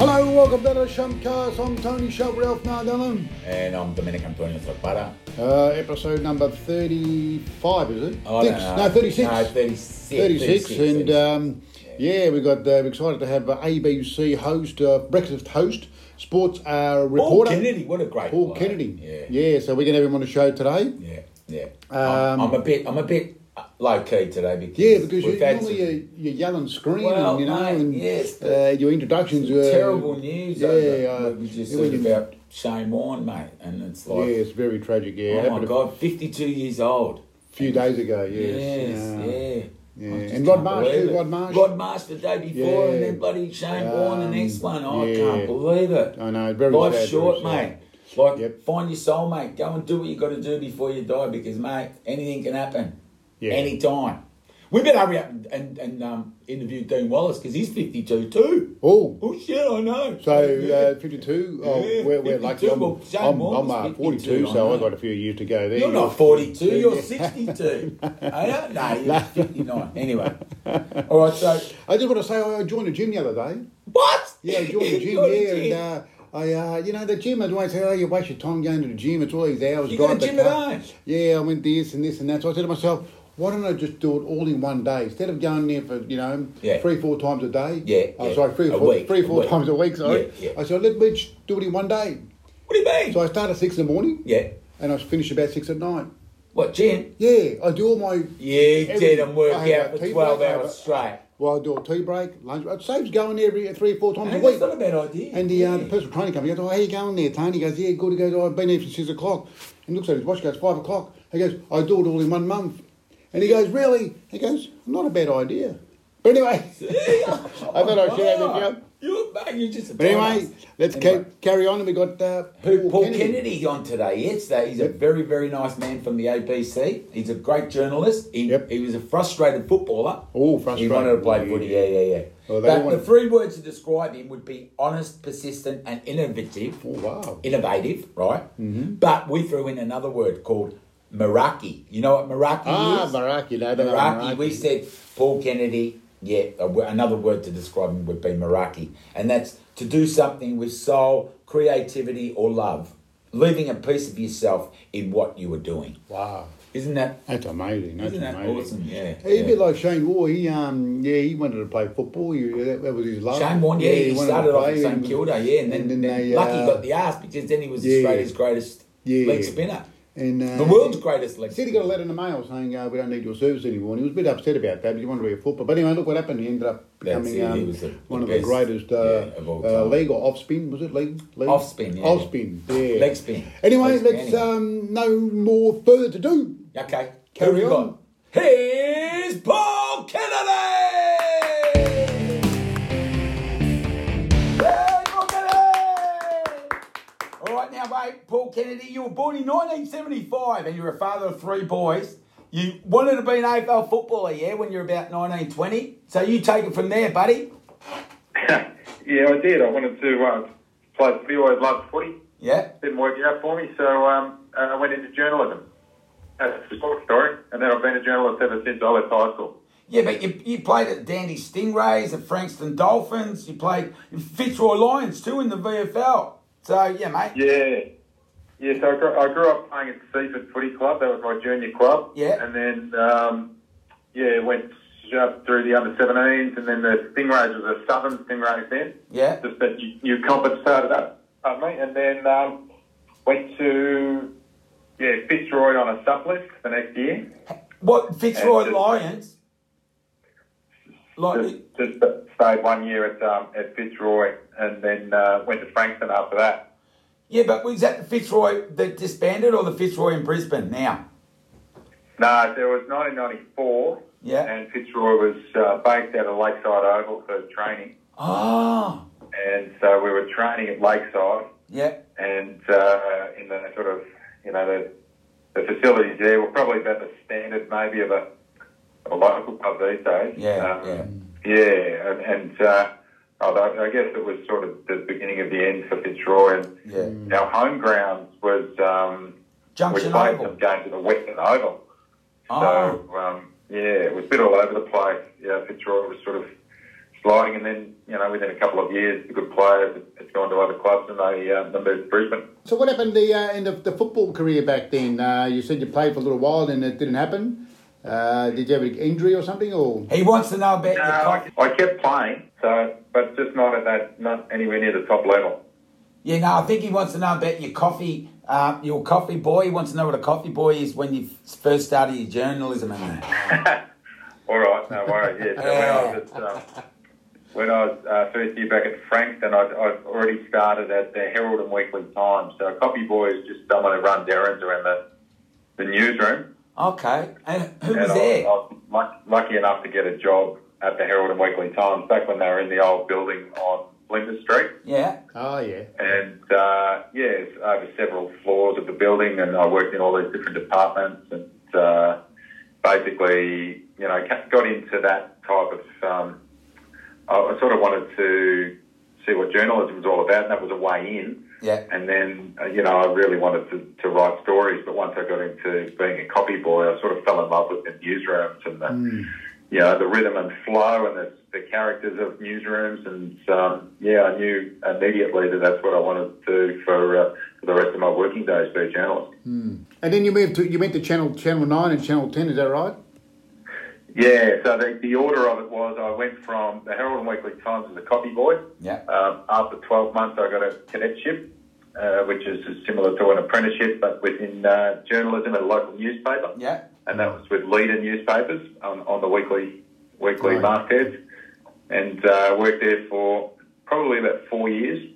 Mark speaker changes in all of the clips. Speaker 1: Hello, welcome to the Shumpcast. I'm Tony Shump, Ralph Nardellum.
Speaker 2: And I'm Dominic Antonio Zapata.
Speaker 1: Uh, episode number 35, is it?
Speaker 2: Oh, I
Speaker 1: Six.
Speaker 2: don't
Speaker 1: No,
Speaker 2: know.
Speaker 1: 36.
Speaker 2: No, 36.
Speaker 1: 36, and
Speaker 2: 36.
Speaker 1: um, yeah, we got uh, we're excited to have uh, ABC host, uh, breakfast host, sports uh,
Speaker 2: Paul
Speaker 1: reporter
Speaker 2: Kennedy, what a great
Speaker 1: Paul
Speaker 2: bloke.
Speaker 1: Kennedy.
Speaker 2: Yeah.
Speaker 1: yeah, so we're gonna have him on the show today.
Speaker 2: Yeah. Yeah.
Speaker 1: Um,
Speaker 2: I'm, I'm a bit I'm a bit low key today because
Speaker 1: Yeah, because you,
Speaker 2: we've had
Speaker 1: normally uh,
Speaker 2: some
Speaker 1: you, you yell and scream,
Speaker 2: Well,
Speaker 1: and, you know,
Speaker 2: mate,
Speaker 1: and
Speaker 2: yes, but
Speaker 1: uh, your introductions were
Speaker 2: terrible news
Speaker 1: Yeah,
Speaker 2: over
Speaker 1: uh,
Speaker 2: what we just
Speaker 1: yeah,
Speaker 2: heard
Speaker 1: when you-
Speaker 2: about Shane Warne, mate. And it's
Speaker 1: yeah,
Speaker 2: like
Speaker 1: it's very tragic. Yeah,
Speaker 2: Oh my
Speaker 1: happened
Speaker 2: god, fifty two years old.
Speaker 1: a few days ago. Yes,
Speaker 2: Yes,
Speaker 1: yeah.
Speaker 2: yeah.
Speaker 1: Yeah.
Speaker 2: I just
Speaker 1: And Rod
Speaker 2: can't
Speaker 1: Marsh, too,
Speaker 2: believe it.
Speaker 1: Rod Marsh.
Speaker 2: Rod Marsh the day before,
Speaker 1: Yeah.
Speaker 2: and then bloody Shane Warne the
Speaker 1: Um,
Speaker 2: next one. Oh,
Speaker 1: yeah.
Speaker 2: I can't believe it.
Speaker 1: I know, very
Speaker 2: Life's
Speaker 1: sad, very
Speaker 2: short,
Speaker 1: sad.
Speaker 2: mate. Like,
Speaker 1: Yep.
Speaker 2: find your soul, mate. Go and do what you got to do before you die, because mate, anything can happen,
Speaker 1: Yeah.
Speaker 2: any time. We better hurry up and, and, and um, interview Dean Wallace because he's fifty two too.
Speaker 1: Oh,
Speaker 2: Oh shit, I know.
Speaker 1: So uh, 52. Oh,
Speaker 2: Yeah,
Speaker 1: we're, we're lucky.
Speaker 2: 52.
Speaker 1: I'm,
Speaker 2: Well, Shane
Speaker 1: I'm,
Speaker 2: Warne
Speaker 1: I'm
Speaker 2: was
Speaker 1: uh, 42,
Speaker 2: 52,
Speaker 1: so
Speaker 2: I
Speaker 1: I've
Speaker 2: know.
Speaker 1: got a few years to go there.
Speaker 2: You're not 42,
Speaker 1: 42,
Speaker 2: you're
Speaker 1: yeah.
Speaker 2: 62. I don't know, you're 59. Anyway. All right, so.
Speaker 1: I just want to say I joined a gym the other day.
Speaker 2: What?
Speaker 1: Yeah, I joined a gym.
Speaker 2: You're
Speaker 1: yeah, and
Speaker 2: gym.
Speaker 1: uh, I, uh, you know, the gym. I always say, oh, you waste your time going to the gym. It's all these hours.
Speaker 2: You got a
Speaker 1: drive the
Speaker 2: gym at
Speaker 1: car.
Speaker 2: home?
Speaker 1: Yeah, I went this and this and that. So I said to myself, why don't I just do it all in one day instead of going there for you know
Speaker 2: Yeah.
Speaker 1: three four times a day?
Speaker 2: Yeah,
Speaker 1: oh,
Speaker 2: yeah.
Speaker 1: sorry, three or
Speaker 2: A
Speaker 1: four,
Speaker 2: week,
Speaker 1: three or
Speaker 2: a
Speaker 1: four
Speaker 2: week.
Speaker 1: times a week. Sorry,
Speaker 2: Yeah, yeah.
Speaker 1: I said let me just do it in one day.
Speaker 2: What do you mean?
Speaker 1: So I start at six in the morning
Speaker 2: yeah.
Speaker 1: and I finish about six at night.
Speaker 2: What, gym?
Speaker 1: Yeah, I do all my.
Speaker 2: Yeah, you
Speaker 1: Every-
Speaker 2: didn't work
Speaker 1: I had
Speaker 2: out
Speaker 1: a
Speaker 2: for
Speaker 1: tea
Speaker 2: 12
Speaker 1: break, I
Speaker 2: hours
Speaker 1: had a-
Speaker 2: straight.
Speaker 1: Well, I do a tea break, lunch. It saves going every three or four times
Speaker 2: Hey,
Speaker 1: a week.
Speaker 2: that's not a bad idea.
Speaker 1: And the, uh, the
Speaker 2: Yeah.
Speaker 1: personal trainer comes. He goes, "Oh, how you going there, Tony?" He goes, "Yeah, good." He goes, oh, "I've been here since six o'clock." And looks at his watch. He Goes five o'clock. He goes, "I do it all in one month." And he goes, "Really?" He goes, "Not a bad idea." But anyway, I thought I'd share that with you.
Speaker 2: Ah, You, mate, you just.
Speaker 1: But anyway, let's
Speaker 2: Anyway.
Speaker 1: ca- carry on. And we got uh,
Speaker 2: Who Paul Kennedy on today? Yes, that he's a very, very nice man from the ABC. He's a great journalist. He,
Speaker 1: Yep.
Speaker 2: he was a frustrated footballer.
Speaker 1: Oh,
Speaker 2: He
Speaker 1: frustrated.
Speaker 2: wanted to play footy. Yeah, yeah, yeah.
Speaker 1: Well, they
Speaker 2: but
Speaker 1: wanted-
Speaker 2: the three words to describe him would be honest, persistent, and innovative.
Speaker 1: Oh, wow.
Speaker 2: Innovative, right? Mm-hmm. But we threw in another word called Meraki. You know what Meraki
Speaker 1: Ah,
Speaker 2: is?
Speaker 1: Meraki, no, I don't know
Speaker 2: Meraki.
Speaker 1: Meraki.
Speaker 2: We said Paul Kennedy. Yeah, a w- another word to describe him would be Meraki, and that's to do something with soul, creativity, or love, leaving a piece of yourself in what you were doing.
Speaker 1: Wow,
Speaker 2: Isn't that?
Speaker 1: that's amazing. That's
Speaker 2: Isn't that
Speaker 1: amazing.
Speaker 2: awesome? Yeah.
Speaker 1: He's a
Speaker 2: yeah.
Speaker 1: bit like Shane War. He um yeah he wanted to play football. He, that, that was his love.
Speaker 2: Shane Warne, yeah, he,
Speaker 1: wanted to
Speaker 2: started off
Speaker 1: play
Speaker 2: at
Speaker 1: and-
Speaker 2: St Kilda, yeah, and then,
Speaker 1: they,
Speaker 2: Lucky
Speaker 1: uh,
Speaker 2: got the ass because then he was
Speaker 1: yeah.
Speaker 2: Australia's greatest
Speaker 1: Yeah.
Speaker 2: leg spinner,
Speaker 1: and uh,
Speaker 2: the world's greatest leg.
Speaker 1: He said he got a
Speaker 2: spinner.
Speaker 1: letter in the mail saying uh, we don't need your service anymore. And he was a bit upset about that, but he wanted to be a footballer. But anyway, look what happened. He ended up
Speaker 2: That's
Speaker 1: becoming
Speaker 2: it, he
Speaker 1: um,
Speaker 2: was the-
Speaker 1: one
Speaker 2: the
Speaker 1: of the
Speaker 2: best,
Speaker 1: greatest uh,
Speaker 2: yeah, of all
Speaker 1: uh,
Speaker 2: time.
Speaker 1: leg or off spin was it leg, leg?
Speaker 2: Off spin, yeah.
Speaker 1: off spin yeah
Speaker 2: Leg spin.
Speaker 1: Anyway,
Speaker 2: Leg spin,
Speaker 1: let's
Speaker 2: anyway.
Speaker 1: um, no more further to do.
Speaker 2: Okay,
Speaker 1: Carry
Speaker 2: carry
Speaker 1: on.
Speaker 2: on. Here's Paul Kennedy. Hey, Paul Kennedy! All right, now, mate, Paul Kennedy, you were born in 1975 and you're a father of three boys. You wanted to be an AFL footballer, yeah, when you're about 19, 20. So you take it from there, buddy.
Speaker 3: yeah, I did. I wanted to uh, play footy. I always loved footy.
Speaker 2: Yeah.
Speaker 3: Didn't work out for me, so um, uh, I went into journalism. That's the short story. And then I've been a journalist ever since I left high school.
Speaker 2: Yeah, but you, you played at Dandy Stingrays, the Frankston Dolphins. You played Fitzroy Lions too in the VFL. So, yeah, mate.
Speaker 3: Yeah. Yeah, so I grew, I grew up playing at Seaford Footy Club. That was my junior club.
Speaker 2: Yeah.
Speaker 3: And then, um, yeah, went up through the under 17s, and then the Stingrays was a Southern Stingrays then.
Speaker 2: Yeah.
Speaker 3: Just that new- new compet started up, pardon me, and then um, went to, yeah, Fitzroy on a sublist the next year.
Speaker 2: What Fitzroy
Speaker 3: And-
Speaker 2: Lions? Like
Speaker 3: Just, just stayed one year at, um, at Fitzroy, and then uh, went to Frankston after that.
Speaker 2: yeah, but was that the Fitzroy that disbanded or the Fitzroy in Brisbane now?
Speaker 3: No, there was 1994.
Speaker 2: Yeah.
Speaker 3: And Fitzroy was uh, based out of Lakeside Oval for training.
Speaker 2: Ah,
Speaker 3: And so we were training at Lakeside
Speaker 2: yeah,
Speaker 3: and uh, in the sort of, you know, the, the facilities there were probably about the standard maybe of a, of a local pub these days.
Speaker 2: Yeah,
Speaker 3: yeah. Yeah, and, and uh, although I guess it was sort of the beginning of the end for Fitzroy. And
Speaker 2: yeah.
Speaker 3: our home grounds was um, we
Speaker 2: Junction
Speaker 3: played
Speaker 2: Oval. Oh.
Speaker 3: some games at the Western Oval.
Speaker 2: Ah,
Speaker 3: So um, yeah, it was a bit all over the place. Yeah, Fitzroy was sort of sliding, and then you know within a couple of years, the good players it's gone to other clubs, and they um, they moved to Brisbane.
Speaker 1: So what happened the uh, end of the football career back then? Uh, you said you played for a little while, and it didn't happen. Uh, did you have an injury or something? Or
Speaker 2: He wants to know about
Speaker 3: No,
Speaker 2: your
Speaker 3: I,
Speaker 2: cock.
Speaker 3: I kept playing, so but just not at that, not anywhere near the top level.
Speaker 2: Yeah, no, I think he wants to know about your coffee, uh, your coffee boy. He wants to know what a coffee boy is when you f- first started your journalism and that.
Speaker 3: All right, no worries. Yeah, so when I was at, um, when I was uh, first year back at Frankton, I'd, I'd already started at the Herald and Weekly Times. So a copy boy is just someone who runs errands around the the newsroom.
Speaker 2: Okay, and who
Speaker 3: and
Speaker 2: was
Speaker 3: I, I
Speaker 2: there?
Speaker 3: was luck, lucky enough to get a job at the Herald and Weekly Times back when they were in the old building on Flinders Street.
Speaker 2: Yeah,
Speaker 1: oh yeah,
Speaker 3: And uh, yeah, it's over several floors of the building, and I worked in all these different departments, and uh, basically, you know, ca- got into that type of. Um, I I sort of wanted to see what journalism was all about, and that was a way in.
Speaker 2: yeah.
Speaker 3: And then, uh, you know, I really wanted to, to write stories, but once I got into being a copy boy, I sort of fell in love with the newsrooms and the, you know, the rhythm and flow and the, the characters of newsrooms. And um, yeah, I knew immediately that that's what I wanted to do for, uh, for the rest of my working days, be a journalist.
Speaker 1: and then you moved to you went to channel Channel Nine and Channel Ten. Is that right?
Speaker 3: Yeah, so the, the order of it was I went from the Herald and Weekly Times as a copy boy.
Speaker 2: Yeah.
Speaker 3: Um, after 12 months, I got a cadetship, uh, which is similar to an apprenticeship, but within uh, journalism at a local newspaper.
Speaker 2: Yeah.
Speaker 3: And that was with leader newspapers on, on the weekly weekly
Speaker 1: Right.
Speaker 3: mastheads. And uh, worked there for probably about four years.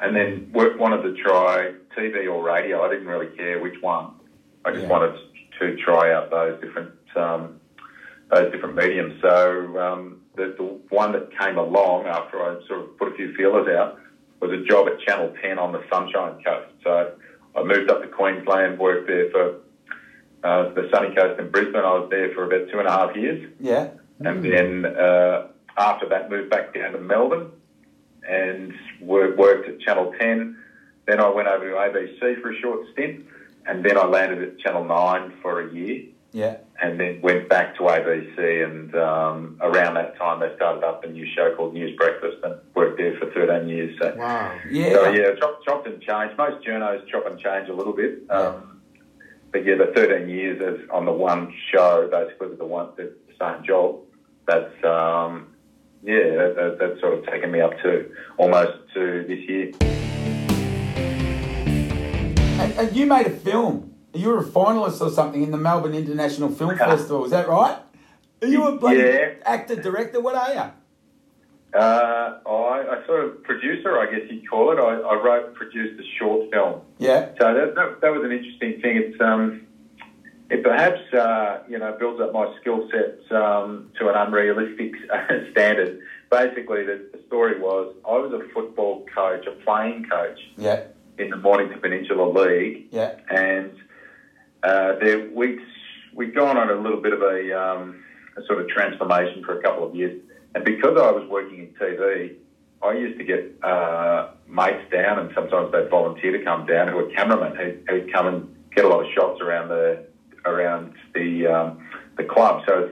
Speaker 3: And then worked, wanted to try TV or radio. I didn't really care which one. I just
Speaker 2: Yeah.
Speaker 3: wanted to try out those different um, those different mediums. So um, the, the one that came along after I sort of put a few feelers out was a job at Channel 10 on the Sunshine Coast. So I moved up to Queensland, worked there for uh, the Sunny Coast in Brisbane. I was there for about two and a half years.
Speaker 2: Yeah.
Speaker 3: And then uh, after that, moved back down to Melbourne and wor- worked at Channel 10. Then I went over to ABC for a short stint. And then I landed at Channel 9 for a year
Speaker 2: Yeah.
Speaker 3: and then went back to ABC. And um, around that time, they started up a new show called News Breakfast and worked there for 13 years. So,
Speaker 1: Wow.
Speaker 3: so
Speaker 2: Yeah.
Speaker 3: yeah, chop, chopped and changed. Most journos chop and change a little bit. Um, But yeah, the 13 years is on the one show, basically with the one the same job. That's um, yeah, that, that, that's sort of taken me up to almost to this year.
Speaker 2: And, and you made a film. You were a finalist or something in the Melbourne International Film Festival. Is that right? Are you a bloody
Speaker 3: Yeah.
Speaker 2: actor director? What are you?
Speaker 3: Uh, I, I sort of producer, I guess you'd call it. I, I wrote, produced a short film
Speaker 2: Yeah.
Speaker 3: So that, that, that was an interesting thing. It's um, it perhaps uh, you know builds up my skill set um, to an unrealistic standard. Basically, the, the story was I was a football coach, a playing coach
Speaker 2: Yeah.
Speaker 3: in the Mornington Peninsula League,
Speaker 2: Yeah.
Speaker 3: and uh, there we we'd gone on a little bit of a, um, a sort of transformation for a couple of years, and because I was working in TV, I used to get uh, mates down, and sometimes they'd volunteer to come down who were cameramen who, who'd come and get a lot of shots around the around the um, the club. So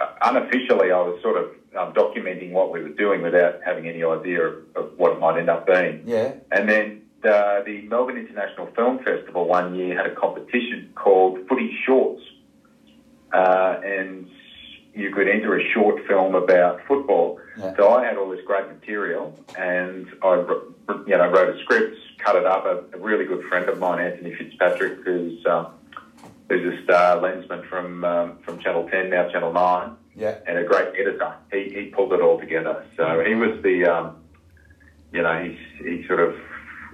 Speaker 3: uh, unofficially, I was sort of um, documenting what we were doing without having any idea of, of what it might end up being.
Speaker 2: Yeah.
Speaker 3: And then the, the Melbourne International Film Festival one year had a competition called Footy Shorts. Uh, and you could enter a short film about football.
Speaker 2: Yeah.
Speaker 3: So I had all this great material and I wr- wr- you know, wrote a script, cut it up. A, a really good friend of mine, Anthony Fitzpatrick, who's, um, who's a star lensman from, um, from Channel 10, now Channel 9
Speaker 2: Yeah.
Speaker 3: and a great editor. He, he pulled it all together. So he was the, um, you know, he, he sort of,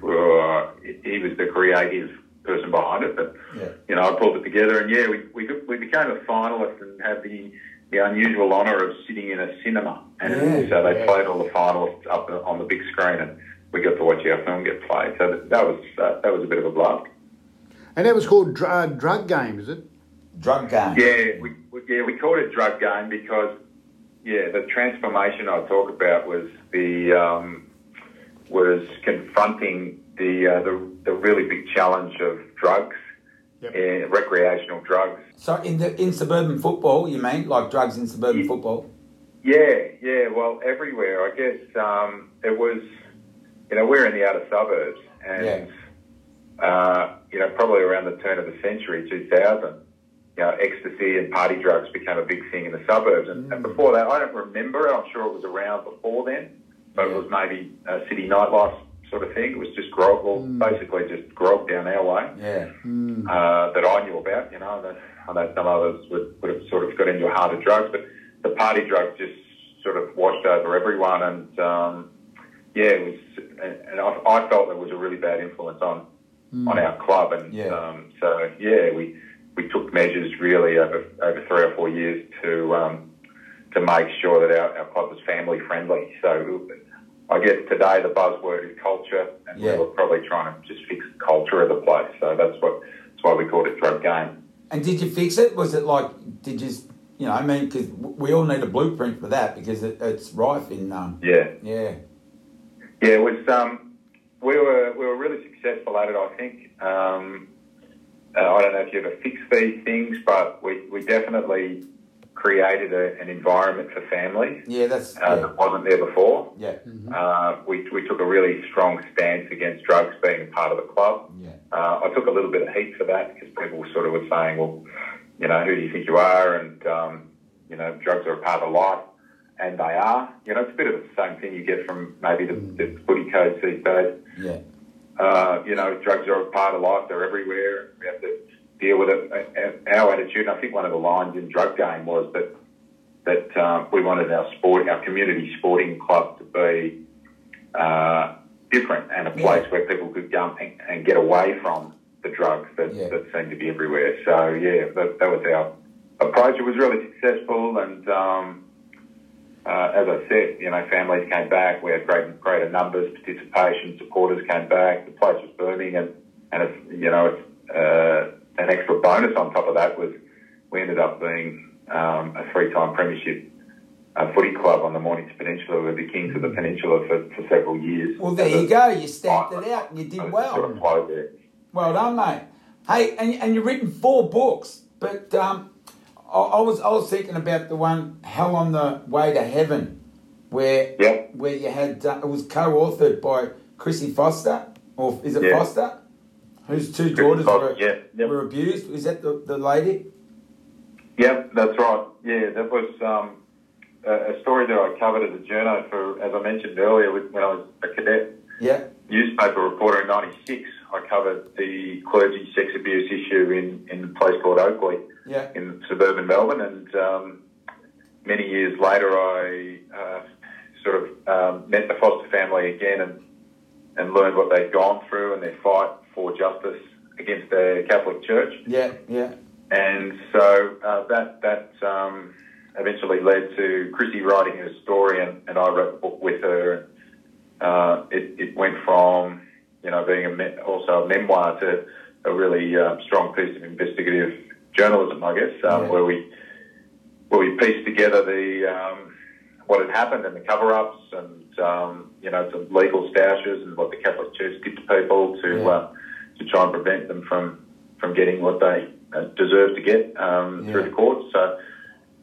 Speaker 3: uh, he was the creative person behind it. But,
Speaker 2: Yeah.
Speaker 3: you know, I pulled it together and yeah, we, we, we became a finalist and had the, the unusual honour of sitting in a cinema. And
Speaker 2: Yeah,
Speaker 3: so they
Speaker 1: yeah.
Speaker 3: played all the finalists up on the big screen and we got to watch our film get played. So that, that was, uh, that was a bit of a blast.
Speaker 1: And that was called dr- uh, Drug Game, is it?
Speaker 2: Drug game.
Speaker 3: Yeah, we, we yeah we called it drug game because yeah the transformation I talk about was the um, was confronting the, uh, the the really big challenge of drugs,
Speaker 1: Yep.
Speaker 3: eh, recreational drugs.
Speaker 2: So in the in suburban football, you mean like drugs in suburban football?
Speaker 3: Yeah, yeah. Well, everywhere. I guess um, it was, you know, we're in the outer suburbs, and uh, you know, probably around the turn of the century, two thousand, you know, ecstasy and party drugs became a big thing in the suburbs. And, and before that, I don't remember. I'm sure it was around before then, but it was maybe uh, city nightlife sort of thing. It was just grog, well, basically just grog down our way
Speaker 2: Yeah.
Speaker 1: Hmm,
Speaker 3: uh, that I knew about. You know, that, I know some others would, would have sort of got into harder drugs, but the party drugs just sort of washed over everyone. And um, yeah, it was, and, and I, I felt it was a really bad influence on
Speaker 1: hmm.
Speaker 3: on our club. And
Speaker 2: Yeah.
Speaker 3: um, so yeah, we we took measures really over over three or four years to um, to make sure that our, our club was family friendly. So. I guess today the buzzword is culture, and
Speaker 2: Yeah.
Speaker 3: we were probably trying to just fix the culture of the place. So that's what that's why we called it drug game.
Speaker 2: And did you fix it? Was it like did you? s- You know, I mean, because we all need a blueprint for that because it, it's rife in. Um,
Speaker 3: Yeah,
Speaker 2: yeah.
Speaker 3: yeah. It was um, we were we were really successful at it. I think um, uh, I don't know if you ever fix these things, but we we definitely created a, an environment for families
Speaker 2: Yeah. That's.
Speaker 3: uh,
Speaker 2: Yeah.
Speaker 3: that wasn't there before.
Speaker 2: Yeah.
Speaker 3: Uh, we we took a really strong stance against drugs being a part of the club.
Speaker 2: Yeah.
Speaker 3: Uh, I took a little bit of heat for that because people sort of were saying, well, you know, who do you think you are? And, um, you know, drugs are a part of life. And they are. You know, it's a bit of the same thing you get from maybe the, the footy codes these days.
Speaker 2: Yeah.
Speaker 3: Uh, you know, drugs are a part of life. They're everywhere. We have to deal with it. And- and Our attitude, and I think one of the lines in Drug Game was that that um, we wanted our sport, our community sporting club to be uh, different and a place where people could go and, and get away from the drugs that,
Speaker 2: Yeah.
Speaker 3: that seem to be everywhere. So yeah, that, that was our approach. It was really successful, and um, uh, as I said, you know, families came back. We had great, greater numbers, participation, supporters came back. The place was booming, and and it's, you know, it's, uh, an extra bonus on top of that was we ended up being um, a three-time premiership uh, footy club on the Mornington Peninsula. We were the kings of the peninsula for, for several years.
Speaker 2: Well, there you go. You stamped it out and you did
Speaker 3: Sort
Speaker 2: well.
Speaker 3: of flow there.
Speaker 2: Well done, mate. Hey, and, and you've written four books, but um, I, I was I was thinking about the one "Hell on the Way to Heaven," where
Speaker 3: Yeah.
Speaker 2: where you had uh, it was co-authored by Chrissy Foster, or is it
Speaker 3: Yeah.
Speaker 2: Foster, whose two daughters
Speaker 3: Foster,
Speaker 2: were,
Speaker 3: yeah, yeah.
Speaker 2: were abused? Is that the, the lady?
Speaker 3: Yep, that's right. Yeah, that was um, a, a story that I covered as a journo for, as I mentioned earlier, with, when I was a cadet
Speaker 2: Yeah,
Speaker 3: newspaper reporter in '96. I covered the clergy sex abuse issue in, in a place called Oakley
Speaker 2: yeah,
Speaker 3: in suburban Melbourne, and um, many years later, I uh, sort of um, met the foster family again and and learned what they'd gone through and their fight for justice against the Catholic Church.
Speaker 2: yeah, yeah,
Speaker 3: And so uh, that that um, eventually led to Chrissy writing her story, and, and I wrote the book with her. Uh, it, it went from you know being a me- also a memoir to a really uh, strong piece of investigative journalism, I guess, um,
Speaker 2: Yeah.
Speaker 3: where we where we pieced together the um, what had happened and the cover-ups and um, you know some legal stashes and what the Catholic Church did to people to
Speaker 2: Yeah.
Speaker 3: uh, to try and prevent them from from getting what they uh, deserve to get um,
Speaker 2: Yeah.
Speaker 3: through the courts. So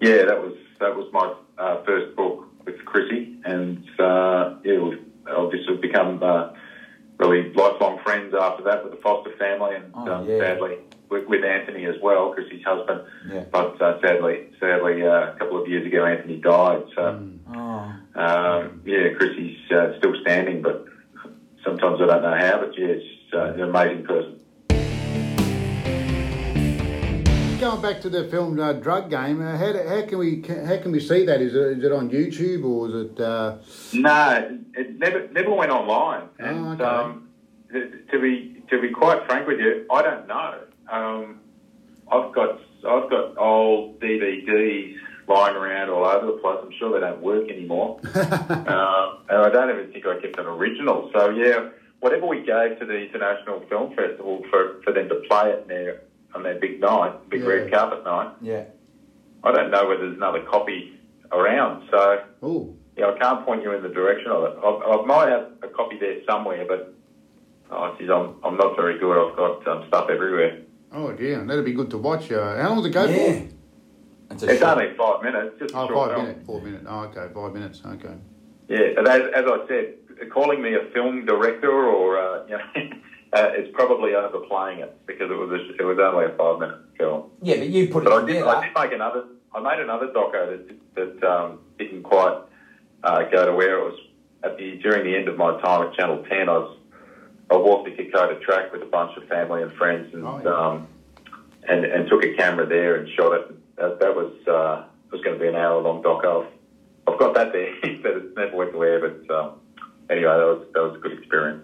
Speaker 3: yeah, that was that was my uh, first book with Chrissy, and uh, yeah, we've obviously become uh, really lifelong friends after that with the Foster family, and
Speaker 2: Oh,
Speaker 3: um,
Speaker 2: yeah.
Speaker 3: sadly with, with Anthony as well, Chrissy's husband.
Speaker 2: yeah.
Speaker 3: But uh, sadly, sadly, uh, a couple of years ago, Anthony died. So
Speaker 2: Oh,
Speaker 3: um, yeah, Chrissy's uh, still standing, but sometimes I don't know how. But yeah, she's uh, an amazing person.
Speaker 1: Going back to the film uh, Drug Game, uh, how, do- how can we how can we see that? Is it, is it on YouTube or is it? Uh,
Speaker 3: No, it never never went online.
Speaker 1: Oh,
Speaker 3: And
Speaker 1: okay.
Speaker 3: um, th- to be to be quite frank with you, I don't know. Um, I've got I've got old DVDs lying around all over the place. I'm sure they don't work anymore, uh, and I don't even think I kept an original. So yeah, whatever we gave to the International Film Festival for, for them to play it there on their big night, big
Speaker 1: Yeah.
Speaker 3: red carpet night,
Speaker 2: yeah,
Speaker 3: I don't know whether there's another copy around. So.
Speaker 1: oh,
Speaker 3: Yeah, I can't point you in the direction of it. I, I might have a copy there somewhere, but oh, geez, I'm, I'm not very good. I've got um, stuff everywhere.
Speaker 1: oh dear, that'd be good to watch. Uh, how long does it go
Speaker 2: yeah.
Speaker 1: for?
Speaker 2: It's, a
Speaker 3: It's
Speaker 2: short-
Speaker 3: only five minutes. Just a
Speaker 1: Oh,
Speaker 3: short
Speaker 1: five
Speaker 3: film.
Speaker 1: minutes. Four minutes. Oh, okay. Five minutes. Okay.
Speaker 3: Yeah, and as, as I said, calling me a film director or uh, you know, uh, it's probably overplaying it because it was a, it was only a five minute film.
Speaker 2: Yeah, but you put it
Speaker 3: But I did,
Speaker 2: together.
Speaker 3: I did make another. I made another doco that that um, didn't quite uh, go to where it was at the during the end of my time at Channel Ten. I was I walked the Kokoda track with a bunch of family and friends, and
Speaker 1: Oh, yeah.
Speaker 3: um, and and took a camera there and shot it. That, that was uh, it was going to be an hour long doco. I've, I've got that there, but it never went to air. But um, anyway, that was that was a good experience.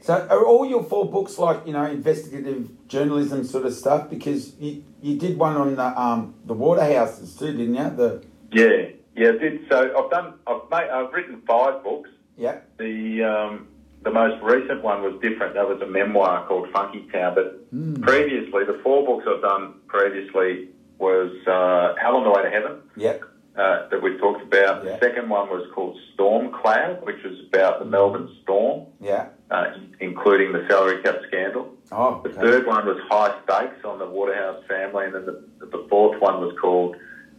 Speaker 2: So are all your four books like you know investigative journalism sort of stuff? Because you you did one on the um the waterhouses too, didn't you? The
Speaker 3: Yeah, yeah. it Did so. I've done. I've made, I've written five books.
Speaker 2: yeah.
Speaker 3: The um, the most recent one was different. That was a memoir called Funky Town. But
Speaker 1: Hmm.
Speaker 2: Mm.
Speaker 3: previously, the four books I've done previously was uh, Hell on the Way to Heaven
Speaker 2: Yep.
Speaker 3: uh, that we talked about.
Speaker 2: Yeah.
Speaker 3: The second one was called Storm Cloud, which was about the Melbourne storm,
Speaker 2: Yeah.
Speaker 3: uh, including the salary cap scandal.
Speaker 2: Oh.
Speaker 3: The
Speaker 2: Okay.
Speaker 3: third one was High Stakes on the Waterhouse family, and then the, the fourth one was called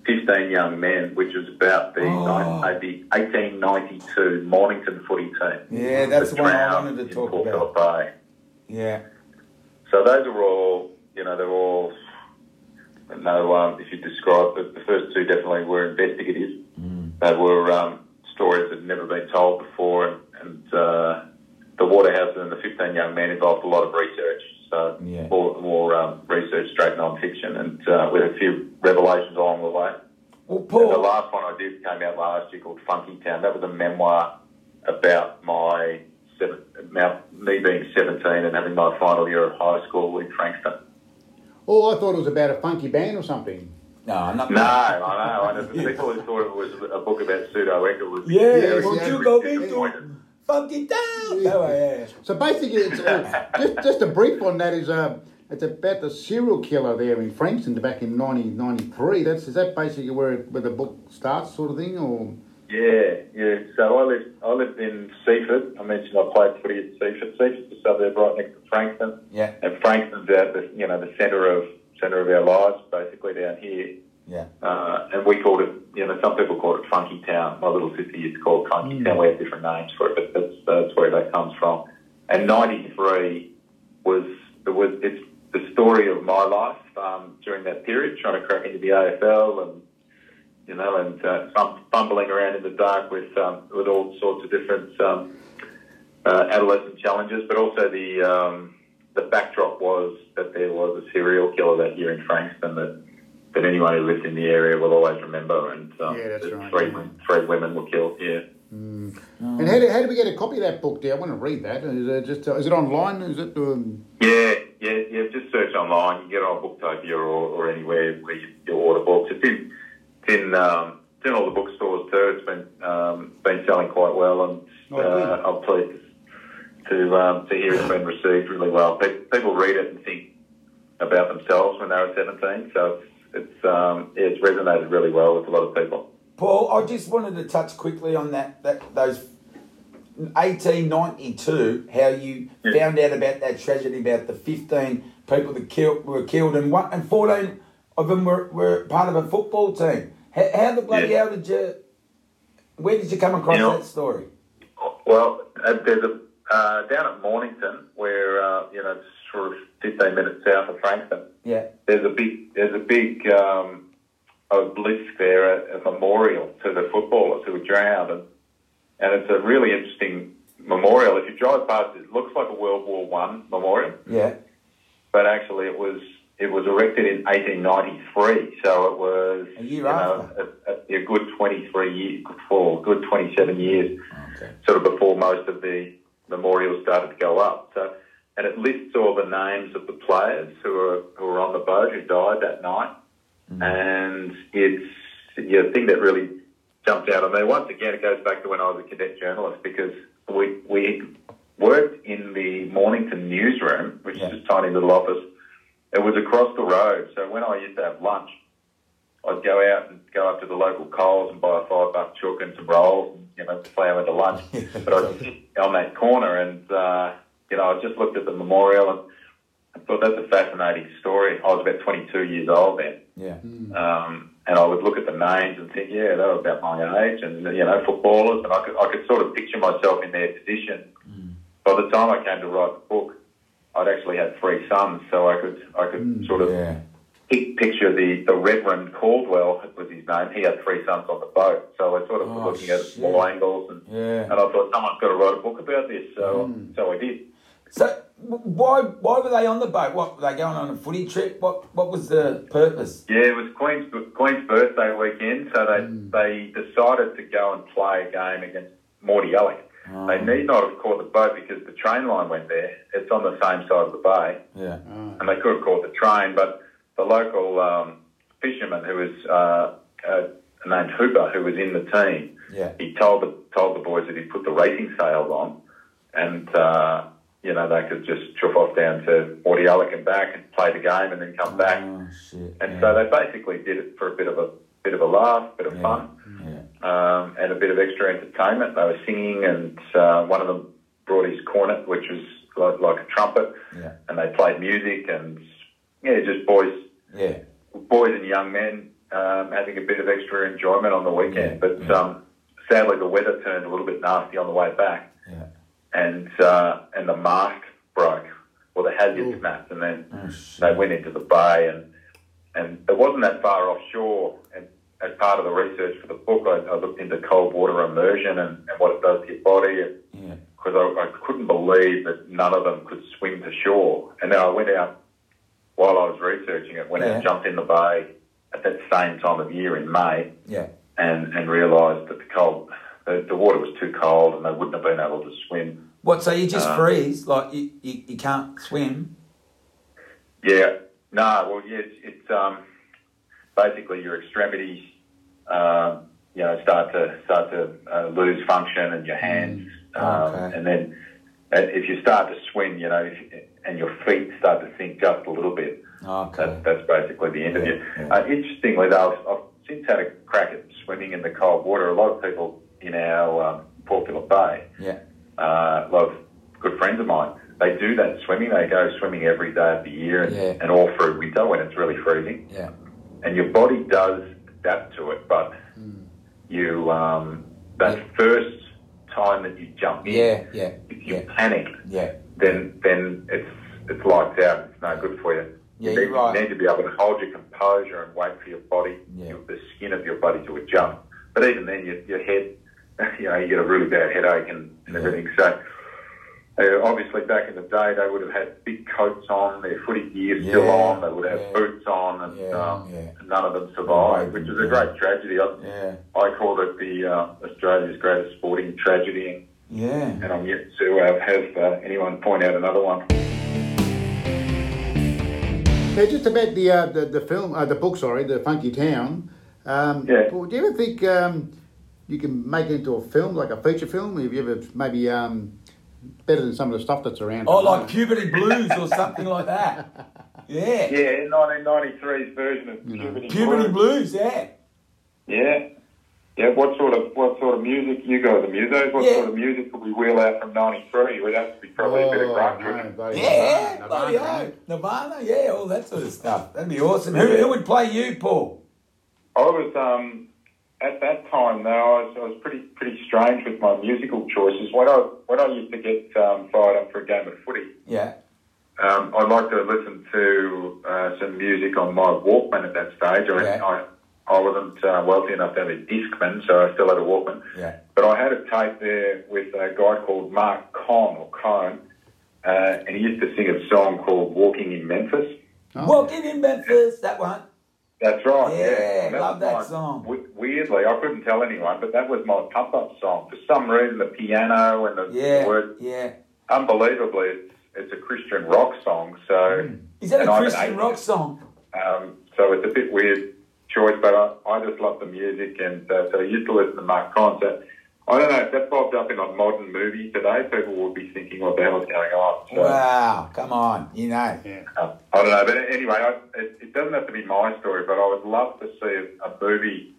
Speaker 3: 15 Young Men, which was about the,
Speaker 2: Oh.
Speaker 3: nine- the 1892 Mornington footy team.
Speaker 2: Yeah, that's the one I wanted to
Speaker 3: in
Speaker 2: talk
Speaker 3: Port
Speaker 2: about.
Speaker 3: Phillip Bay.
Speaker 2: Yeah.
Speaker 3: So those are all, you know, they're all. No, um, if you describe the, the first two, definitely were investigative. They were um, stories that had never been told before, and, and uh, the Waterhouse and the Fifteen Young Men involved a lot of research. So
Speaker 2: Yeah.
Speaker 3: more, more um, research, straight non-fiction, and uh, with a few revelations along the way.
Speaker 2: Well,
Speaker 3: And the
Speaker 2: Paul.
Speaker 3: last one I did came out last year called Funky Town. That was a memoir about my seven, about me being 17 and having my final year of high school in Frankston.
Speaker 1: Oh, I thought it was about a funky band or something.
Speaker 2: No, not
Speaker 3: No, I know. I know. The people who thought it was a book about pseudo echoes.
Speaker 2: Yeah.
Speaker 1: Yes,
Speaker 2: won't
Speaker 1: yeah.
Speaker 2: you go into funky town? No, yeah.
Speaker 1: So basically, it's uh, just just a brief on that is uh, it's about the serial killer there in Frankston back in 1993. That's is that basically where it, where the book starts, sort of thing, or
Speaker 3: Yeah, yeah. So I lived, I lived in Seaford. I mentioned I played footy at Seaford. Seaford's a suburb right next to Frankston.
Speaker 2: Yeah.
Speaker 3: And Frankston's out the, you know, the centre of, centre of our lives, basically down here.
Speaker 2: Yeah.
Speaker 3: Uh, and we called it, you know, some people call it Funky Town. My little sister used to call it Funky
Speaker 1: Mm.
Speaker 3: Town. We have different names for it, but that's, that's where that comes from. And 93 was, it was, it's the story of my life, um, during that period, trying to crack into the AFL and, you know, and, uh, fum- fumbling around in the dark with, um, with all sorts of different, um, uh, adolescent challenges, but also the, um, the backdrop was that there was a serial killer that year in Frankston that that anyone who lived in the area will always remember. And um,
Speaker 1: Yeah, that's
Speaker 3: the
Speaker 1: right,
Speaker 3: Three,
Speaker 1: yeah.
Speaker 3: three women were killed. Yeah.
Speaker 1: and how do, how do we get a copy of that book? There, I want to read that. Is it just uh, is it online? Is it um,
Speaker 3: Yeah, yeah, yeah. Just search online. You get it on Booktopia or, or anywhere where you, you order books. It's in, it's in, um, it's in all the bookstores too. It's been um, been selling quite well, and
Speaker 1: Oh,
Speaker 3: uh, I'm pleased to um, to hear it's been received really well. Pe- People read it and think about themselves when they were 17, so it's it's, um, yeah, it's resonated really well with a lot of people.
Speaker 2: Paul, I just wanted to touch quickly on that, that those 1892, how you
Speaker 3: Yeah.
Speaker 2: found out about that tragedy about the 15 people that killed, were killed and one, and 14 of them were, were part of a football team. How, how the bloody
Speaker 3: Yeah.
Speaker 2: hell did you, where did you come across
Speaker 3: You know-
Speaker 2: that story?
Speaker 3: Well, uh, there's a uh, down at Mornington, where uh, you know, it's sort of 15 minutes south of Frankston.
Speaker 2: Yeah,
Speaker 3: There's a big, there's a big um, obelisk there, a, a memorial to the footballers who were drowned, and, and it's a really interesting memorial. If you drive past, it it looks like a World War One memorial,
Speaker 2: yeah,
Speaker 3: but actually it was it was erected in 1893, so it was
Speaker 2: A year
Speaker 3: you know, a, a, a good 23 years, well, a good 27 years
Speaker 2: okay.
Speaker 3: sort of before most of the memorials started to go up. So, and it lists all the names of the players who were who were on the boat who died that night. And it's yeah, the thing that really jumped out at me. Once again, it goes back to when I was a cadet journalist because we we worked in the Mornington newsroom, which
Speaker 2: Yeah.
Speaker 3: is a tiny little office. It was across the road, so when I used to have lunch, I'd go out and go up to the local Coles and buy a five buck chook and some rolls, and, you know, play I went to lunch. but I'd sit on that corner and, uh, you know, I just looked at the memorial and I thought that's a fascinating story. I was about 22 years old then.
Speaker 2: yeah.
Speaker 3: Um, and I would look at the names and think, yeah, they were about my age, and you know, footballers, and I could I could sort of picture myself in their position.
Speaker 2: Mm.
Speaker 3: By the time I came to write the book, I'd actually had three sons, so I could I could sort of
Speaker 2: Mm, Yeah.
Speaker 3: pic- picture the the Reverend Caldwell was his name. He had three sons on the boat, so I sort of
Speaker 2: Oh,
Speaker 3: was looking at it from
Speaker 2: shit.
Speaker 3: all angles, and
Speaker 2: Yeah.
Speaker 3: and I thought someone's got to write a book about this, so so I did.
Speaker 2: So w- why why were they on the boat? What were they going on a footy trip? What what was the purpose?
Speaker 3: Yeah, it was Queen's Queen's birthday weekend, so they they decided to go and play a game against Morty Alley. They need not have caught the boat because the train line went there. It's on the same side of the bay,
Speaker 2: Yeah.
Speaker 3: and they could have caught the train, but the local um, fisherman who was uh, uh, named Hooper, who was in the team,
Speaker 2: Yeah.
Speaker 3: he told the told the boys that he'd put the racing sails on, and uh, you know they could just trip off down to Morty Alley and back and play the game, and then come back.
Speaker 2: Oh shit.
Speaker 3: And
Speaker 2: yeah.
Speaker 3: so they basically did it for a bit of a bit of a laugh, bit of
Speaker 2: yeah.
Speaker 3: fun,
Speaker 2: yeah.
Speaker 3: um, and a bit of extra entertainment. They were singing, and uh, one of them brought his cornet, which was like, like a trumpet,
Speaker 2: Yeah.
Speaker 3: and they played music, and yeah, just boys,
Speaker 2: Yeah.
Speaker 3: boys and young men um, having a bit of extra enjoyment on the weekend.
Speaker 2: Yeah,
Speaker 3: But
Speaker 2: yeah.
Speaker 3: um, sadly, the weather turned a little bit nasty on the way back
Speaker 2: Yeah.
Speaker 3: and uh, and the mast broke, or the halyard snapped, and then
Speaker 2: shit.
Speaker 3: they went into the bay, and and it wasn't that far offshore. And as part of the research for the book, I, I looked into cold water immersion and, and what it does to your body,
Speaker 2: Yeah.
Speaker 3: because I, I couldn't believe that none of them could swim to shore. And then I went out while I was researching it, went out
Speaker 2: Yeah.
Speaker 3: and jumped in the bay at that same time of year in May
Speaker 2: Yeah.
Speaker 3: and, and realised that the cold, the, the water was too cold and they wouldn't have been able to swim.
Speaker 2: What? So you just
Speaker 3: Uh,
Speaker 2: freeze? Like you, you, you can't swim?
Speaker 3: Yeah. No. Well, yeah. It's, it's um, basically your extremities, uh, you know, start to start to uh, lose function, and your hands, um,
Speaker 2: Okay.
Speaker 3: and then uh, if you start to swim, you know, if, and your feet start to sink just a little bit,
Speaker 2: Okay.
Speaker 3: that, that's basically the end of
Speaker 2: Yeah,
Speaker 3: it.
Speaker 2: yeah.
Speaker 3: Uh, interestingly, though, I've, I've since had a crack at swimming in the cold water. A lot of people in our um, Port Phillip Bay
Speaker 2: Yeah.
Speaker 3: uh, a lot of good friends of mine, they do that swimming. They go swimming every day of the year and,
Speaker 2: Yeah.
Speaker 3: and all through winter when it's really freezing.
Speaker 2: Yeah.
Speaker 3: And your body does adapt to it, but you um, that
Speaker 2: Hmm. Yeah.
Speaker 3: first time that you jump in,
Speaker 2: Yeah. Yeah.
Speaker 3: if you
Speaker 2: Yeah.
Speaker 3: panic,
Speaker 2: Yeah.
Speaker 3: then then it's it's lights out. It's no good for you.
Speaker 2: Yeah,
Speaker 3: you
Speaker 2: you're
Speaker 3: need,
Speaker 2: right.
Speaker 3: you need to be able to hold your composure and wait for your body,
Speaker 2: Yeah.
Speaker 3: your, the skin of your body to adjust. But even then, your, your head, you know, you get a really bad headache and, and
Speaker 2: Yeah.
Speaker 3: everything. So, uh, obviously, back in the day, they would have had big coats on, their footy gear still
Speaker 2: Yeah,
Speaker 3: on, they would have
Speaker 2: yeah.
Speaker 3: boots on, and
Speaker 2: Yeah,
Speaker 3: um,
Speaker 2: yeah.
Speaker 3: none of them
Speaker 2: Right,
Speaker 3: survived, which is a
Speaker 2: yeah.
Speaker 3: great tragedy. I,
Speaker 2: Yeah.
Speaker 3: I call it the uh, Australia's greatest sporting tragedy. And,
Speaker 2: Yeah.
Speaker 3: and I'm yet to uh, have uh, anyone point out another one.
Speaker 1: Now, just about the uh, the, the film, uh, the book, sorry, the Funky Town. Um,
Speaker 3: Yeah.
Speaker 1: well, do you ever think um, you can make it into a film, like a feature film? Have you ever maybe um, better than some of the stuff that's around?
Speaker 2: Oh, like puberty blues or something like that. Yeah.
Speaker 3: Yeah, 1993's version of Puberty,
Speaker 2: Puberty blues.
Speaker 3: Blues.
Speaker 2: Yeah.
Speaker 3: Yeah. Yeah, what sort of what sort of music you guys are musos? What
Speaker 2: Yeah.
Speaker 3: sort of music could we wheel out from '93? We'd have to be probably a bit
Speaker 2: Oh,
Speaker 3: of grunge.
Speaker 1: no,
Speaker 3: wouldn't it?
Speaker 1: bloody
Speaker 2: Yeah,
Speaker 1: no,
Speaker 2: bloody
Speaker 1: no,
Speaker 2: hell.
Speaker 1: no.
Speaker 2: Nirvana, yeah, all that sort of stuff. That'd be awesome. Who, who would play you, Paul?
Speaker 3: I was um, at that time though. I was, I was pretty pretty strange with my musical choices. When I when I used to get um, fired up for a game of footy,
Speaker 2: Yeah.
Speaker 3: um, I like to listen to uh, some music on my Walkman at that stage. I,
Speaker 2: Yeah.
Speaker 3: I, I wasn't uh, wealthy enough to have a Discman, so I still had a Walkman.
Speaker 2: Yeah.
Speaker 3: But I had a tape there with a guy called Mark Cohn, or Cohn, uh, and he used to sing a song called Walking in Memphis.
Speaker 1: Oh.
Speaker 2: Walking in Memphis, that one.
Speaker 3: That's right.
Speaker 2: Yeah,
Speaker 3: And
Speaker 2: love
Speaker 3: was
Speaker 2: that
Speaker 3: my-
Speaker 2: song.
Speaker 3: we- Weirdly, I couldn't tell anyone, but that was my pump-up song. For some reason, the piano and the, the
Speaker 2: Yeah,
Speaker 3: words,
Speaker 2: yeah.
Speaker 3: unbelievably, it's, it's a Christian rock song, so...
Speaker 2: Is that
Speaker 3: And
Speaker 2: a
Speaker 3: I'm an
Speaker 2: Christian rock
Speaker 3: atheist.
Speaker 2: song?
Speaker 3: Um, so it's a bit weird choice, but I, I just love the music, and uh, so I used to listen to Mark Conn. So I don't know if that popped up in a modern movie today, people would be thinking, "What the hell is going on?" So,
Speaker 2: Wow, come on, you know.
Speaker 1: Yeah.
Speaker 3: uh, I don't know, but anyway, I, it, it doesn't have to be my story, but I would love to see a, a movie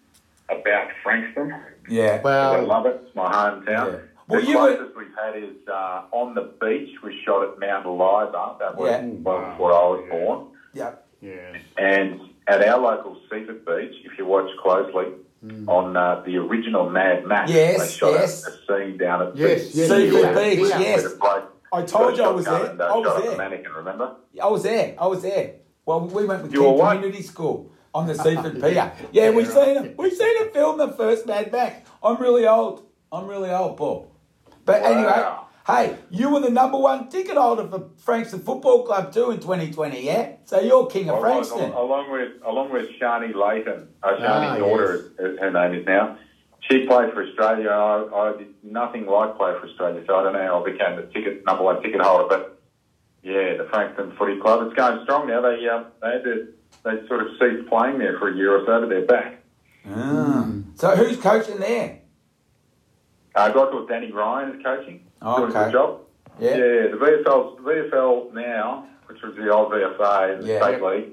Speaker 3: about Frankston.
Speaker 2: Yeah.
Speaker 3: I
Speaker 1: Well,
Speaker 3: love it; it's my hometown.
Speaker 2: Yeah. Well,
Speaker 3: the
Speaker 2: you were-
Speaker 3: closest we've had is uh, on the beach. We shot at Mount Eliza. That was
Speaker 2: Yeah.
Speaker 3: well before I was born.
Speaker 2: Yeah.
Speaker 1: yeah.
Speaker 3: and at our local Seaford Beach, if you watch closely, on uh, the original Mad Max,
Speaker 2: Hmm. Yes,
Speaker 3: they shot a-
Speaker 2: yes.
Speaker 3: a, scene down at
Speaker 1: Yes,
Speaker 3: Beach.
Speaker 1: yes,
Speaker 2: Seaford
Speaker 1: yeah.
Speaker 2: Beach,
Speaker 1: Yeah.
Speaker 2: yes.
Speaker 3: Where the bloke
Speaker 2: I told
Speaker 3: got
Speaker 2: you I was
Speaker 3: shotgun
Speaker 2: there.
Speaker 3: and, uh,
Speaker 2: I was
Speaker 3: shot up
Speaker 2: there.
Speaker 3: a mannequin, remember?
Speaker 2: I was there. I was there. Well, we went with
Speaker 3: You
Speaker 2: Kent
Speaker 3: were what?
Speaker 2: Community School on the Seaford Pier. Yeah, we seen him. We seen him film the first Mad Max. I'm really old. I'm really old, Paul. But
Speaker 3: Wow.
Speaker 2: anyway, hey, you were the number one ticket holder for Frankston Football Club too in 2020. Yeah, so you're king of
Speaker 3: Well, like, al-
Speaker 2: Frankston.
Speaker 3: along with along with Shani Layton, uh,
Speaker 1: Ah,
Speaker 3: Shani's daughter, is- her name is now. She played for Australia. I, I did nothing like play for Australia, so I don't know how I became the ticket number one ticket holder. But yeah, the Franklin Footy Club, it's going strong now. They uh, they had to, they sort of ceased playing there for a year or so, but they're back.
Speaker 2: Ah. So who's coaching there?
Speaker 3: Uh, a guy called Danny Ryan is coaching. Doing a
Speaker 2: Okay.
Speaker 3: good job.
Speaker 2: Yeah.
Speaker 3: the VFL, VFL now, which was the old VFA, the
Speaker 2: Yeah.
Speaker 3: state league.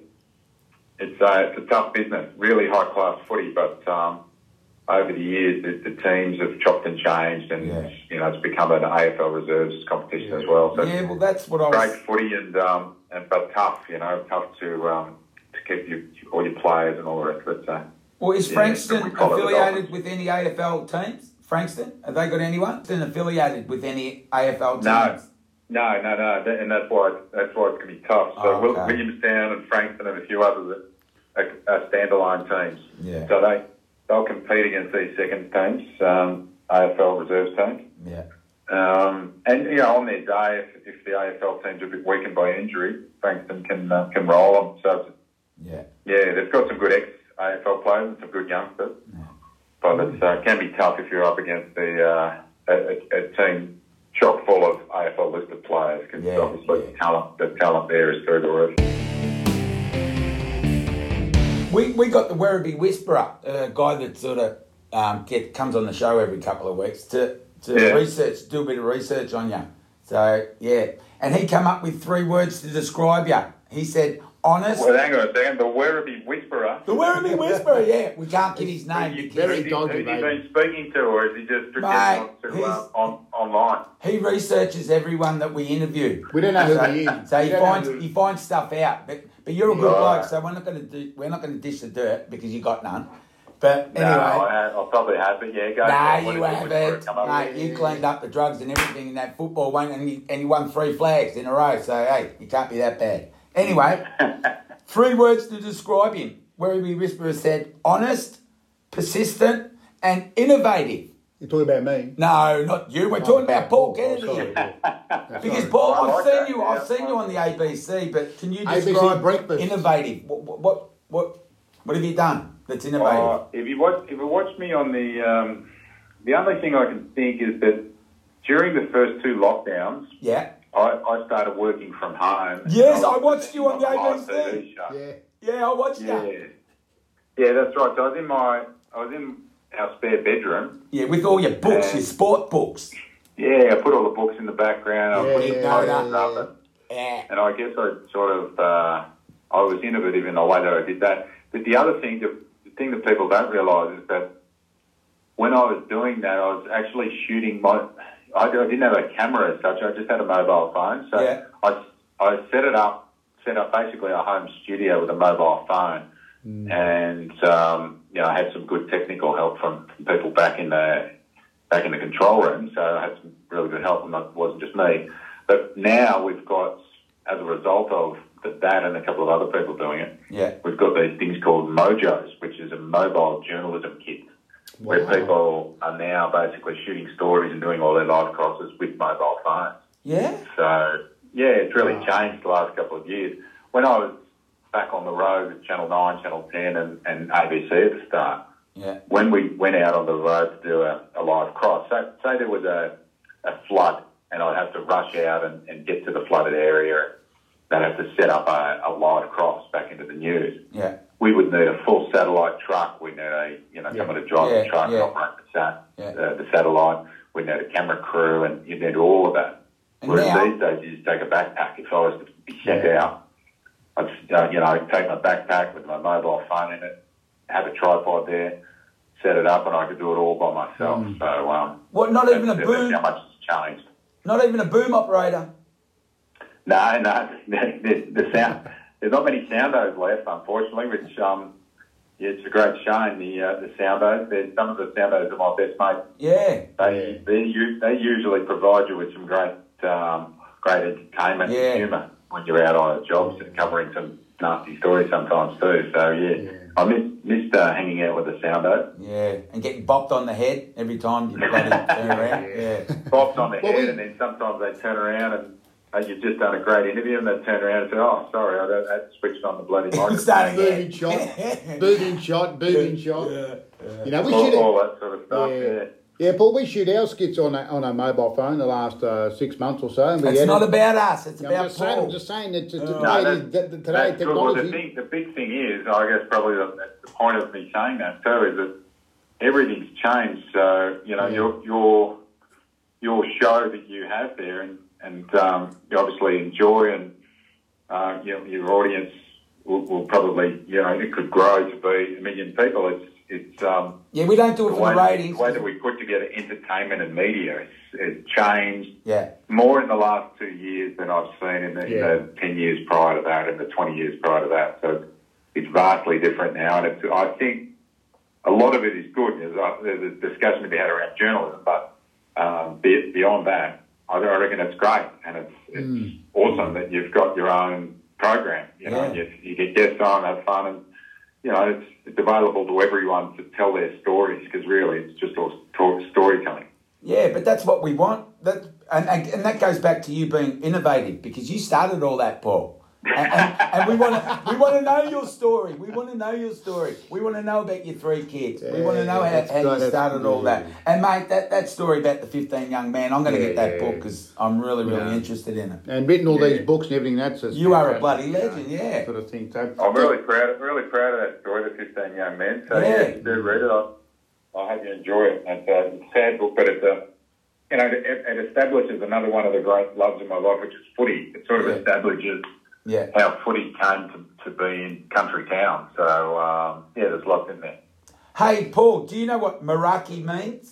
Speaker 3: It's a it's a tough business, really high class footy, but um, over the years the, the teams have chopped and changed, and
Speaker 2: Yeah.
Speaker 3: you know it's become an AFL reserves competition as well. So
Speaker 2: Yeah, well that's what I was.
Speaker 3: great footy and um, and but tough, you know, tough to um, to keep your, all your players and all the rest of it. So.
Speaker 2: Well, is
Speaker 3: Yeah,
Speaker 2: Frankston
Speaker 3: so we call it
Speaker 2: affiliated
Speaker 3: adults.
Speaker 2: with any AFL teams? Frankston, have they got anyone? Then affiliated with any AFL teams?
Speaker 3: No. No, no, no, That- and that's why it's, that's why it's going to be tough. So
Speaker 2: Oh,
Speaker 3: Will
Speaker 2: okay.
Speaker 3: Williamstown and Frankston and a few others are, are standalone teams.
Speaker 2: Yeah.
Speaker 3: So they they'll compete against these second teams, um, AFL reserves teams,
Speaker 2: Yeah.
Speaker 3: um, and you know on their day, if, if the AFL teams are a bit weakened by injury, Frankston can uh, can roll them. So it's-
Speaker 2: Yeah.
Speaker 3: yeah, they've got some good ex AFL players and some good youngsters, but it uh, can be tough if you're up against the uh, a, a, a team chock full of AFL listed players because
Speaker 2: Yeah,
Speaker 3: obviously
Speaker 2: yeah.
Speaker 3: the talent the talent there is through the roof.
Speaker 2: We, we got the Werribee Whisperer, a guy that sort of um, get comes on the show every couple of weeks to, to
Speaker 3: Yeah.
Speaker 2: research, do a bit of research on you. So, yeah. And he came up with three words to describe you. He said, honest.
Speaker 3: Well, hang on a second. The Werribee Whisperer.
Speaker 2: the Werribee Whisperer, yeah. We can't give his name
Speaker 3: Who's he-
Speaker 2: because
Speaker 1: very
Speaker 3: who's he-
Speaker 1: dodgy,
Speaker 3: who's he
Speaker 1: mate.
Speaker 3: been speaking to, or is he just
Speaker 2: Mate,
Speaker 3: on to, uh,
Speaker 2: he's-
Speaker 3: on, online?
Speaker 2: he researches everyone that we interview.
Speaker 1: We don't know who he
Speaker 2: So,
Speaker 1: is.
Speaker 2: so
Speaker 1: We
Speaker 2: he
Speaker 1: don't know
Speaker 2: finds
Speaker 1: who-
Speaker 2: he finds stuff out, but but you're a good
Speaker 3: Right.
Speaker 2: bloke, so we're not going to do we're not going to dish the dirt because you got none. But
Speaker 3: No,
Speaker 2: anyway,
Speaker 3: I, I probably have, but yeah, go.
Speaker 2: nah,
Speaker 3: for
Speaker 2: you
Speaker 3: it. What did the Whisperer
Speaker 2: haven't,
Speaker 3: come up
Speaker 2: mate.
Speaker 3: with?
Speaker 2: You cleaned up the drugs and everything in that football one, and you, and you won three flags in a row. So hey, you can't be that bad. Anyway, three words to describe him. Werribee Whisperer said honest, persistent, and innovative.
Speaker 1: You're talking about me.
Speaker 2: No, not you. We're talking about Paul
Speaker 1: Oh,
Speaker 2: Kennedy.
Speaker 1: sorry, Paul.
Speaker 2: Because
Speaker 1: Sorry.
Speaker 2: Paul,
Speaker 3: I
Speaker 2: I've
Speaker 3: like
Speaker 2: seen
Speaker 3: that,
Speaker 2: you.
Speaker 3: yeah.
Speaker 2: I've seen you on the ABC. But can you
Speaker 1: ABC
Speaker 2: describe
Speaker 1: breakfast.
Speaker 2: innovative? What, what- what what what have you done that's innovative?
Speaker 3: Uh, if you watch, if you watch me on the, um, the only thing I can think is that during the first two lockdowns,
Speaker 2: yeah,
Speaker 3: I, I started working from home.
Speaker 2: Yes, I watched you on the
Speaker 3: live
Speaker 2: ABC.
Speaker 3: TV show.
Speaker 1: Yeah.
Speaker 2: yeah. I watched
Speaker 3: Yeah.
Speaker 2: you.
Speaker 3: Yeah, that's right. So I was in my, I was in our spare bedroom.
Speaker 2: Yeah, with all your books,
Speaker 3: Yeah.
Speaker 2: your sport books.
Speaker 3: Yeah, I put all the books in the background. I put
Speaker 1: Yeah,
Speaker 3: the
Speaker 2: yeah,
Speaker 3: photos
Speaker 1: yeah,
Speaker 3: up
Speaker 1: yeah.
Speaker 3: and-
Speaker 2: Yeah,
Speaker 3: And I guess I sort of uh, I was innovative in the way that I did that. But the other thing, that, the thing that people don't realise is that when I was doing that, I was actually shooting my. I I didn't have a camera as such. I just had a mobile phone. So
Speaker 2: Yeah.
Speaker 3: I I set it up, set up basically a home studio with a mobile phone,
Speaker 2: Mm.
Speaker 3: and um, you know I had some good technical help from people back in the back in the control room. So I had some really good help, and that wasn't just me. But now we've got, as a result of the, that and a couple of other people doing it,
Speaker 2: yeah.
Speaker 3: we've got these things called mojos, which is a mobile journalism kit, where
Speaker 1: Wow.
Speaker 3: people are now basically shooting stories and doing all their live crosses with mobile phones.
Speaker 2: yeah.
Speaker 3: So yeah, it's really changed the last couple of years. When I was back on the road with Channel Nine, Channel Ten, and, and ABC at the start,
Speaker 2: Yeah.
Speaker 3: when we went out on the road to do a, a live cross, say, say there was a, a flood and I'd have to rush out and, and get to the flooded area, they'd have to set up a, a live cross back into the news.
Speaker 2: Yeah,
Speaker 3: We would need a full satellite truck. We need a, you know,
Speaker 1: Yeah.
Speaker 3: someone to drive
Speaker 2: Yeah,
Speaker 3: the truck
Speaker 2: yeah.
Speaker 3: and operate the, sat,
Speaker 2: Yeah.
Speaker 3: uh, the satellite. We need a camera crew and you need all of that.
Speaker 2: And
Speaker 3: Whereas
Speaker 2: now-
Speaker 3: these days you just take a backpack. If I was to be sent
Speaker 1: Yeah.
Speaker 3: out, I'd, uh, you know, I'd take my backpack with my mobile phone in it, have a tripod there, set it up, and I could do it all by myself. So, um,
Speaker 2: What? Hmm. Not even a
Speaker 3: that's-
Speaker 2: boom.
Speaker 3: That's how much has changed.
Speaker 2: Not even a boom operator.
Speaker 3: No, no, the, the, the sound, There's not many soundos left, unfortunately, which um, yeah, it's a great shame. The uh, the soundos, They're- some of the soundos are my best mates.
Speaker 2: Yeah.
Speaker 3: They they, u- they usually provide you with some great um, great entertainment
Speaker 2: Yeah.
Speaker 3: and humour when you're out on a job, so covering some nasty stories sometimes too. So yeah, I miss, missed uh, hanging out with the soundo.
Speaker 2: Yeah. And getting bopped on the head every time you bloody turn around. Yeah.
Speaker 3: Bopped on the
Speaker 1: Well,
Speaker 3: head,
Speaker 1: we-
Speaker 3: and then sometimes they turn around and. uh, You've just done a great interview, and they turn around and say, "Oh, sorry, I, don't, I switched on the bloody microphone."
Speaker 2: Starting
Speaker 1: Boot in
Speaker 2: again.
Speaker 1: shot, boot in shot, boot in shot. You know, we
Speaker 3: all,
Speaker 1: should.
Speaker 3: all that sort of stuff. Yeah.
Speaker 1: Yeah. yeah, Paul, we shoot our skits on a, on a mobile phone the last uh, six months or so. And we
Speaker 2: It's
Speaker 1: edit-
Speaker 2: not about us. It's
Speaker 1: I'm
Speaker 2: about
Speaker 1: just saying, I'm
Speaker 2: Paul. Uh,
Speaker 1: just saying that t- t-
Speaker 3: No,
Speaker 1: today,
Speaker 3: that's-
Speaker 1: that, that today
Speaker 3: that's good. Well,
Speaker 1: technology.
Speaker 3: the, thing, the big thing is, I guess, probably the, that's the point of me saying that too is that everything's changed. So you know, your your your show that you have there, and and um, you obviously enjoy, and uh, you know, your audience will, will probably, you know, it could grow to be a million people. It's it's um,
Speaker 2: Yeah, we don't do it
Speaker 3: the
Speaker 2: for
Speaker 3: way,
Speaker 2: the ratings.
Speaker 3: the way that we put together entertainment and media has changed
Speaker 2: Yeah.
Speaker 3: more in the last two years than I've seen in the, in
Speaker 1: Yeah.
Speaker 3: the 10 years prior to that and the 20 years prior to that. So it's vastly different now. And it's, I think a lot of it is good. There's a, there's a discussion to be had around journalism, but um, be, beyond that, I, I reckon it's great. And it's, it's awesome that you've got your own program. You know,
Speaker 2: Yeah.
Speaker 3: and you, you get guests on, have fun, and you know, it's, it's available to everyone to tell their stories because really it's just all sto- storytelling.
Speaker 2: Yeah, but that's what we want. That and, and, and that goes back to you being innovative because you started all that, Paul. And, and, and we want to we want to know your story. We want to know your story. We want to know about your three kids. we want to know
Speaker 1: Yeah,
Speaker 2: how,
Speaker 1: that's
Speaker 2: how
Speaker 1: good.
Speaker 2: you
Speaker 1: That's-
Speaker 2: started all that.
Speaker 1: yeah.
Speaker 2: And mate, that, that story about the fifteen young man, I'm going to
Speaker 1: Yeah,
Speaker 2: get that
Speaker 1: yeah.
Speaker 2: book because I'm really really
Speaker 1: Yeah.
Speaker 2: interested in it.
Speaker 1: and written all
Speaker 3: Yeah.
Speaker 1: these books and everything. That's just
Speaker 2: You are a
Speaker 1: fantastic,
Speaker 2: bloody
Speaker 1: you know,
Speaker 2: legend, yeah.
Speaker 1: Sort of thing. So,
Speaker 3: I'm really proud, really proud of that story, The 15 Young Men. So, yeah,
Speaker 2: Yeah.
Speaker 3: if you do read it, I, I hope you enjoy it. It's a, it's a sad book, but it's a, you know, it, it establishes another one of the great loves of my life, which is footy. It sort of
Speaker 2: Yeah.
Speaker 3: establishes
Speaker 2: Yeah.
Speaker 3: how footy came to, to be in country town. So, um, yeah, there's lots in there.
Speaker 2: Hey, Paul, do you know what Meraki means?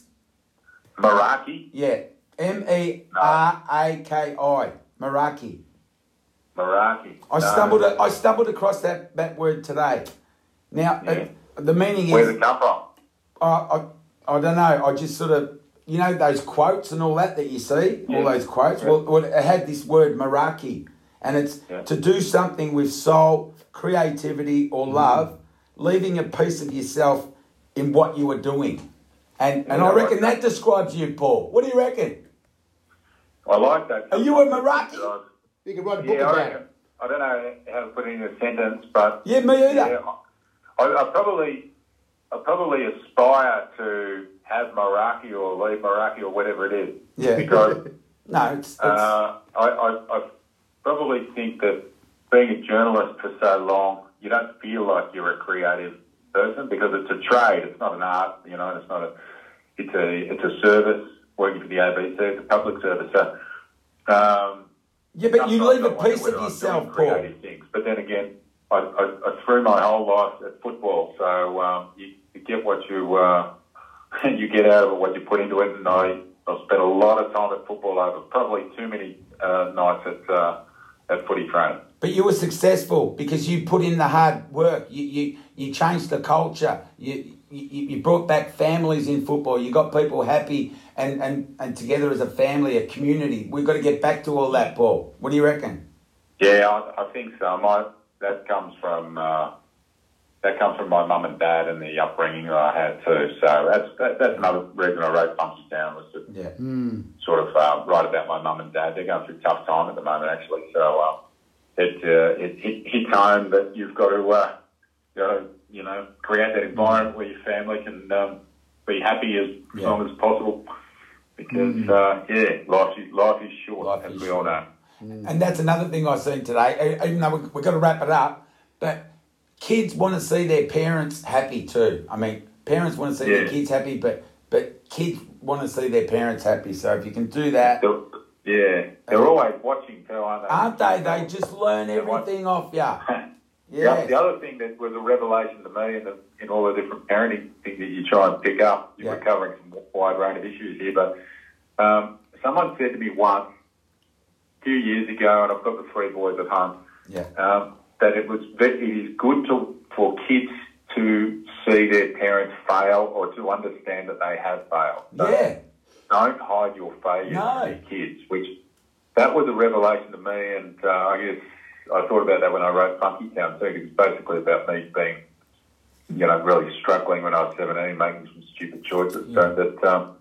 Speaker 3: Meraki,
Speaker 2: Yeah, M E R A K I. Meraki.
Speaker 3: Meraki.
Speaker 2: I
Speaker 3: No.
Speaker 2: stumbled. I stumbled across that, that word today. Now,
Speaker 3: Yeah.
Speaker 2: uh, the meaning
Speaker 3: Where's it
Speaker 2: is
Speaker 3: come from?
Speaker 2: I, I, I don't know. I just sort of you know those quotes and all that that you see, all
Speaker 3: Yeah.
Speaker 2: those quotes. Well, well, it had this word Meraki, and it's
Speaker 3: Yeah.
Speaker 2: to do something with soul, creativity,
Speaker 3: Mm-hmm.
Speaker 2: or love, leaving a piece of yourself in what you are doing. And, and I
Speaker 3: Yeah.
Speaker 2: reckon that describes you, Paul. What do you reckon?
Speaker 3: I like that.
Speaker 2: Are you a Meraki?
Speaker 1: you can write a book
Speaker 3: Yeah, I,
Speaker 1: about it.
Speaker 3: reckon, I don't know how to put it in a sentence, but
Speaker 2: Yeah, me either.
Speaker 3: Yeah, I, I probably, I probably aspire to have Meraki or leave Meraki or whatever it is.
Speaker 2: Yeah.
Speaker 3: Because
Speaker 2: No, it's, it's
Speaker 3: uh, I, I, I probably think that being a journalist for so long, you don't feel like you're a creative person because it's a trade. It's not an art, you know. and It's not a. It's a. It's a service working for the ABC. It's a public service. So. Um,
Speaker 2: yeah, but you leave
Speaker 3: Sometimes I
Speaker 2: a
Speaker 3: wonder
Speaker 2: piece
Speaker 3: whether
Speaker 2: of
Speaker 3: I'm
Speaker 2: yourself,
Speaker 3: doing
Speaker 2: Paul.
Speaker 3: creative Things. But then again, I, I, I threw my whole life at football, so um, you, you get what you uh, you get out of it, what you put into it. And I, I spent a lot of time at football over probably too many uh, nights at uh, at footy training.
Speaker 2: But you were successful because you put in the hard work. You you, you changed the culture. You, you you brought back families in football. You got people happy and, and, and together as a family, a community. We've got to get back to all that, Paul. What do you reckon?
Speaker 3: Yeah, I, I think so. My that comes from uh, that comes from my mum and dad and the upbringing that I had too. So that's that, that's another reason I wrote Punches Down was that
Speaker 2: Yeah.
Speaker 3: sort of uh, write about my mum and dad. They're going through a tough time at the moment, actually. So um, it, uh, it hit, hits home that you've got to, uh, you got to, you know, create that environment where your family can um, be happy as
Speaker 2: Yeah. Mm.
Speaker 3: long as possible. Because uh, yeah, life is life is short,
Speaker 2: Life
Speaker 3: as
Speaker 2: is
Speaker 3: we all
Speaker 2: short.
Speaker 3: know.
Speaker 2: And that's another thing I've seen today. e- Even though we- we've got to wrap it up, but kids want to see their parents happy too. I mean, parents want to see their
Speaker 3: Yeah.
Speaker 2: kids happy, but but kids want to see their parents happy. So if you can do that,
Speaker 3: They're, yeah, they're always watching too, aren't they?
Speaker 2: aren't they? They just learn
Speaker 3: want-
Speaker 2: everything off you.
Speaker 3: Yeah.
Speaker 2: Yeah.
Speaker 3: The other thing that was a revelation to me in, the, in all the different parenting things that you try and pick up, you're
Speaker 2: Yeah.
Speaker 3: covering some wide range of issues here, but um, someone said to me once, a few years ago, and I've got the three boys at home,
Speaker 2: Yeah.
Speaker 3: um, that it was that it is good to for kids to see their parents fail or to understand that they have failed. So
Speaker 2: Yeah.
Speaker 3: Don't hide your failures
Speaker 2: No.
Speaker 3: from your kids, which that was a revelation to me, and uh, I guess I thought about that when I wrote Funky Town too. 'cause It's basically about me being, you know, really struggling when I was seventeen, making some stupid choices. So that. Um,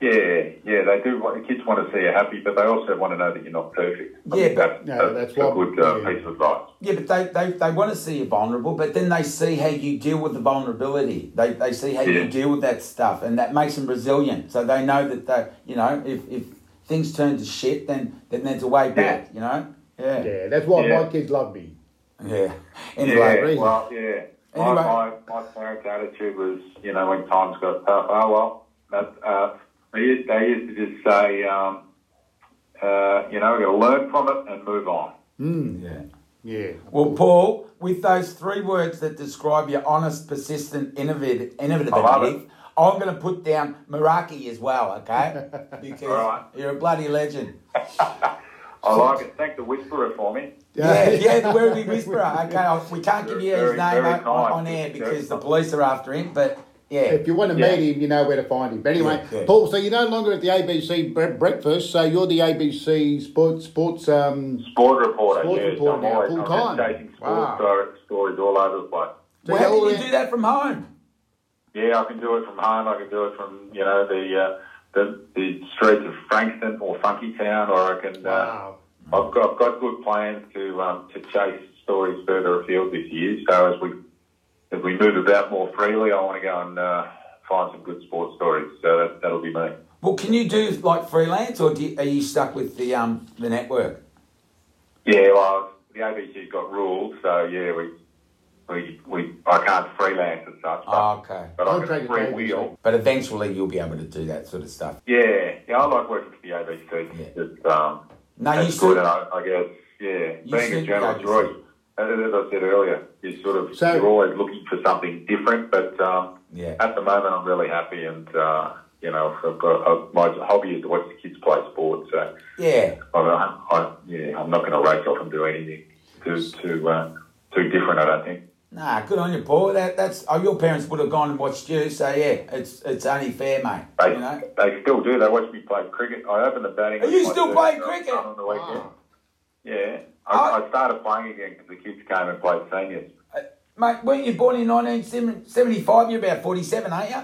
Speaker 3: yeah, yeah, they do. want- The kids want to see you happy, but they also want to know that you're not perfect. I
Speaker 2: Yeah,
Speaker 3: think that,
Speaker 1: no, that's
Speaker 3: that's a
Speaker 1: what-
Speaker 3: good uh,
Speaker 1: yeah.
Speaker 3: piece of advice.
Speaker 2: Yeah, but they, they, they want to see you vulnerable, but then they see how you deal with the vulnerability. They, they see how you
Speaker 3: Yeah.
Speaker 2: deal with that stuff, and that makes them resilient. So they know that they, you know, if, if things turn to shit, then then there's a way back. You know. Yeah.
Speaker 1: Yeah, that's why
Speaker 3: Yeah.
Speaker 1: my kids love me.
Speaker 2: Yeah.
Speaker 3: Yeah,
Speaker 2: Anyway.
Speaker 1: reason.
Speaker 3: well, yeah. My,
Speaker 2: Anyway.
Speaker 3: my, my parents' attitude was, you know, when times got tough, oh, well, that, uh, they, used, they used to just say, um, uh, you know, we've got to learn from it and move on.
Speaker 2: yeah.
Speaker 1: Yeah.
Speaker 2: Well, Paul, with those three words that describe your honest, persistent, innovative, innovative
Speaker 3: I love it.
Speaker 2: I'm going to put down Meraki as well, okay? Because
Speaker 3: All right.
Speaker 2: you're a bloody legend.
Speaker 3: I like it. Thank the whisperer for me.
Speaker 2: Yeah, yeah, the Werribee Whisperer. Okay, I- we can't give you his
Speaker 3: Very,
Speaker 2: name
Speaker 3: very
Speaker 2: on,
Speaker 3: kind.
Speaker 2: on air
Speaker 3: Very
Speaker 2: because the
Speaker 3: kind.
Speaker 2: police are after him, but yeah.
Speaker 1: If you want to
Speaker 3: Yeah.
Speaker 1: meet him, you know where to find him. But anyway,
Speaker 2: Yeah, yeah.
Speaker 1: Paul, so you're no longer at the ABC bre- breakfast, so you're the ABC sports sports. Um,
Speaker 3: Sport reporter.
Speaker 1: Sport
Speaker 3: yes,
Speaker 1: reporter
Speaker 3: I'm
Speaker 1: now,
Speaker 3: always-
Speaker 1: full
Speaker 3: I'm
Speaker 1: time.
Speaker 3: just chasing sports
Speaker 1: Wow.
Speaker 3: direct stories all over the place.
Speaker 1: so you're
Speaker 2: Well, how
Speaker 1: all
Speaker 2: can
Speaker 1: in-
Speaker 2: you do that from home?
Speaker 3: Yeah, I can do it from home. I can do it from, you know, the, uh, the, the streets of Frankston or Funky Town, or I can. Uh,
Speaker 1: Wow.
Speaker 3: I've got, I've got good plans to um, to chase stories further afield this year. So as we as we move about more freely, I want to go and uh, find some good sports stories. So that, that'll be me.
Speaker 2: Well, can you do like freelance, or do you, are you stuck with the um the network?
Speaker 3: Yeah, well, the ABC's got rules, so yeah, we we, we I can't freelance as such, but,
Speaker 2: Oh, okay,
Speaker 3: but I
Speaker 1: Contract
Speaker 3: can
Speaker 1: with
Speaker 3: freewheel.
Speaker 2: but eventually you'll be able to do that sort of stuff.
Speaker 3: Yeah, yeah, I like working for the ABC.
Speaker 2: Yeah.
Speaker 3: It's, um,
Speaker 2: No, you
Speaker 3: that's
Speaker 2: still-
Speaker 3: good, and I, I guess yeah, being
Speaker 2: still-
Speaker 3: a journalist,
Speaker 2: yeah,
Speaker 3: Roy, as I said earlier, you sort of
Speaker 1: So-
Speaker 3: you're always looking for something different. But um,
Speaker 2: Yeah.
Speaker 3: at the moment, I'm really happy, and uh, you know, I've got uh, my hobby is to watch the kids play sport. So
Speaker 2: Yeah.
Speaker 3: I, I, I yeah, I'm not going to race off and do anything too too uh, too different. I don't think.
Speaker 2: Nah, good on you, Paul. That, that's oh, your parents would have gone and watched you, so yeah, it's it's only fair, mate.
Speaker 3: They,
Speaker 2: You know.
Speaker 3: they still do. They watch me play cricket. I open the batting.
Speaker 2: Are you
Speaker 3: with my
Speaker 2: still
Speaker 3: third
Speaker 2: playing
Speaker 3: son
Speaker 2: cricket?
Speaker 3: On the weekend.
Speaker 1: Wow.
Speaker 3: Yeah.
Speaker 2: I-
Speaker 3: I, I started playing again because the kids came and played seniors.
Speaker 2: Mate, weren't you born in 1975? You're about 47, aren't you?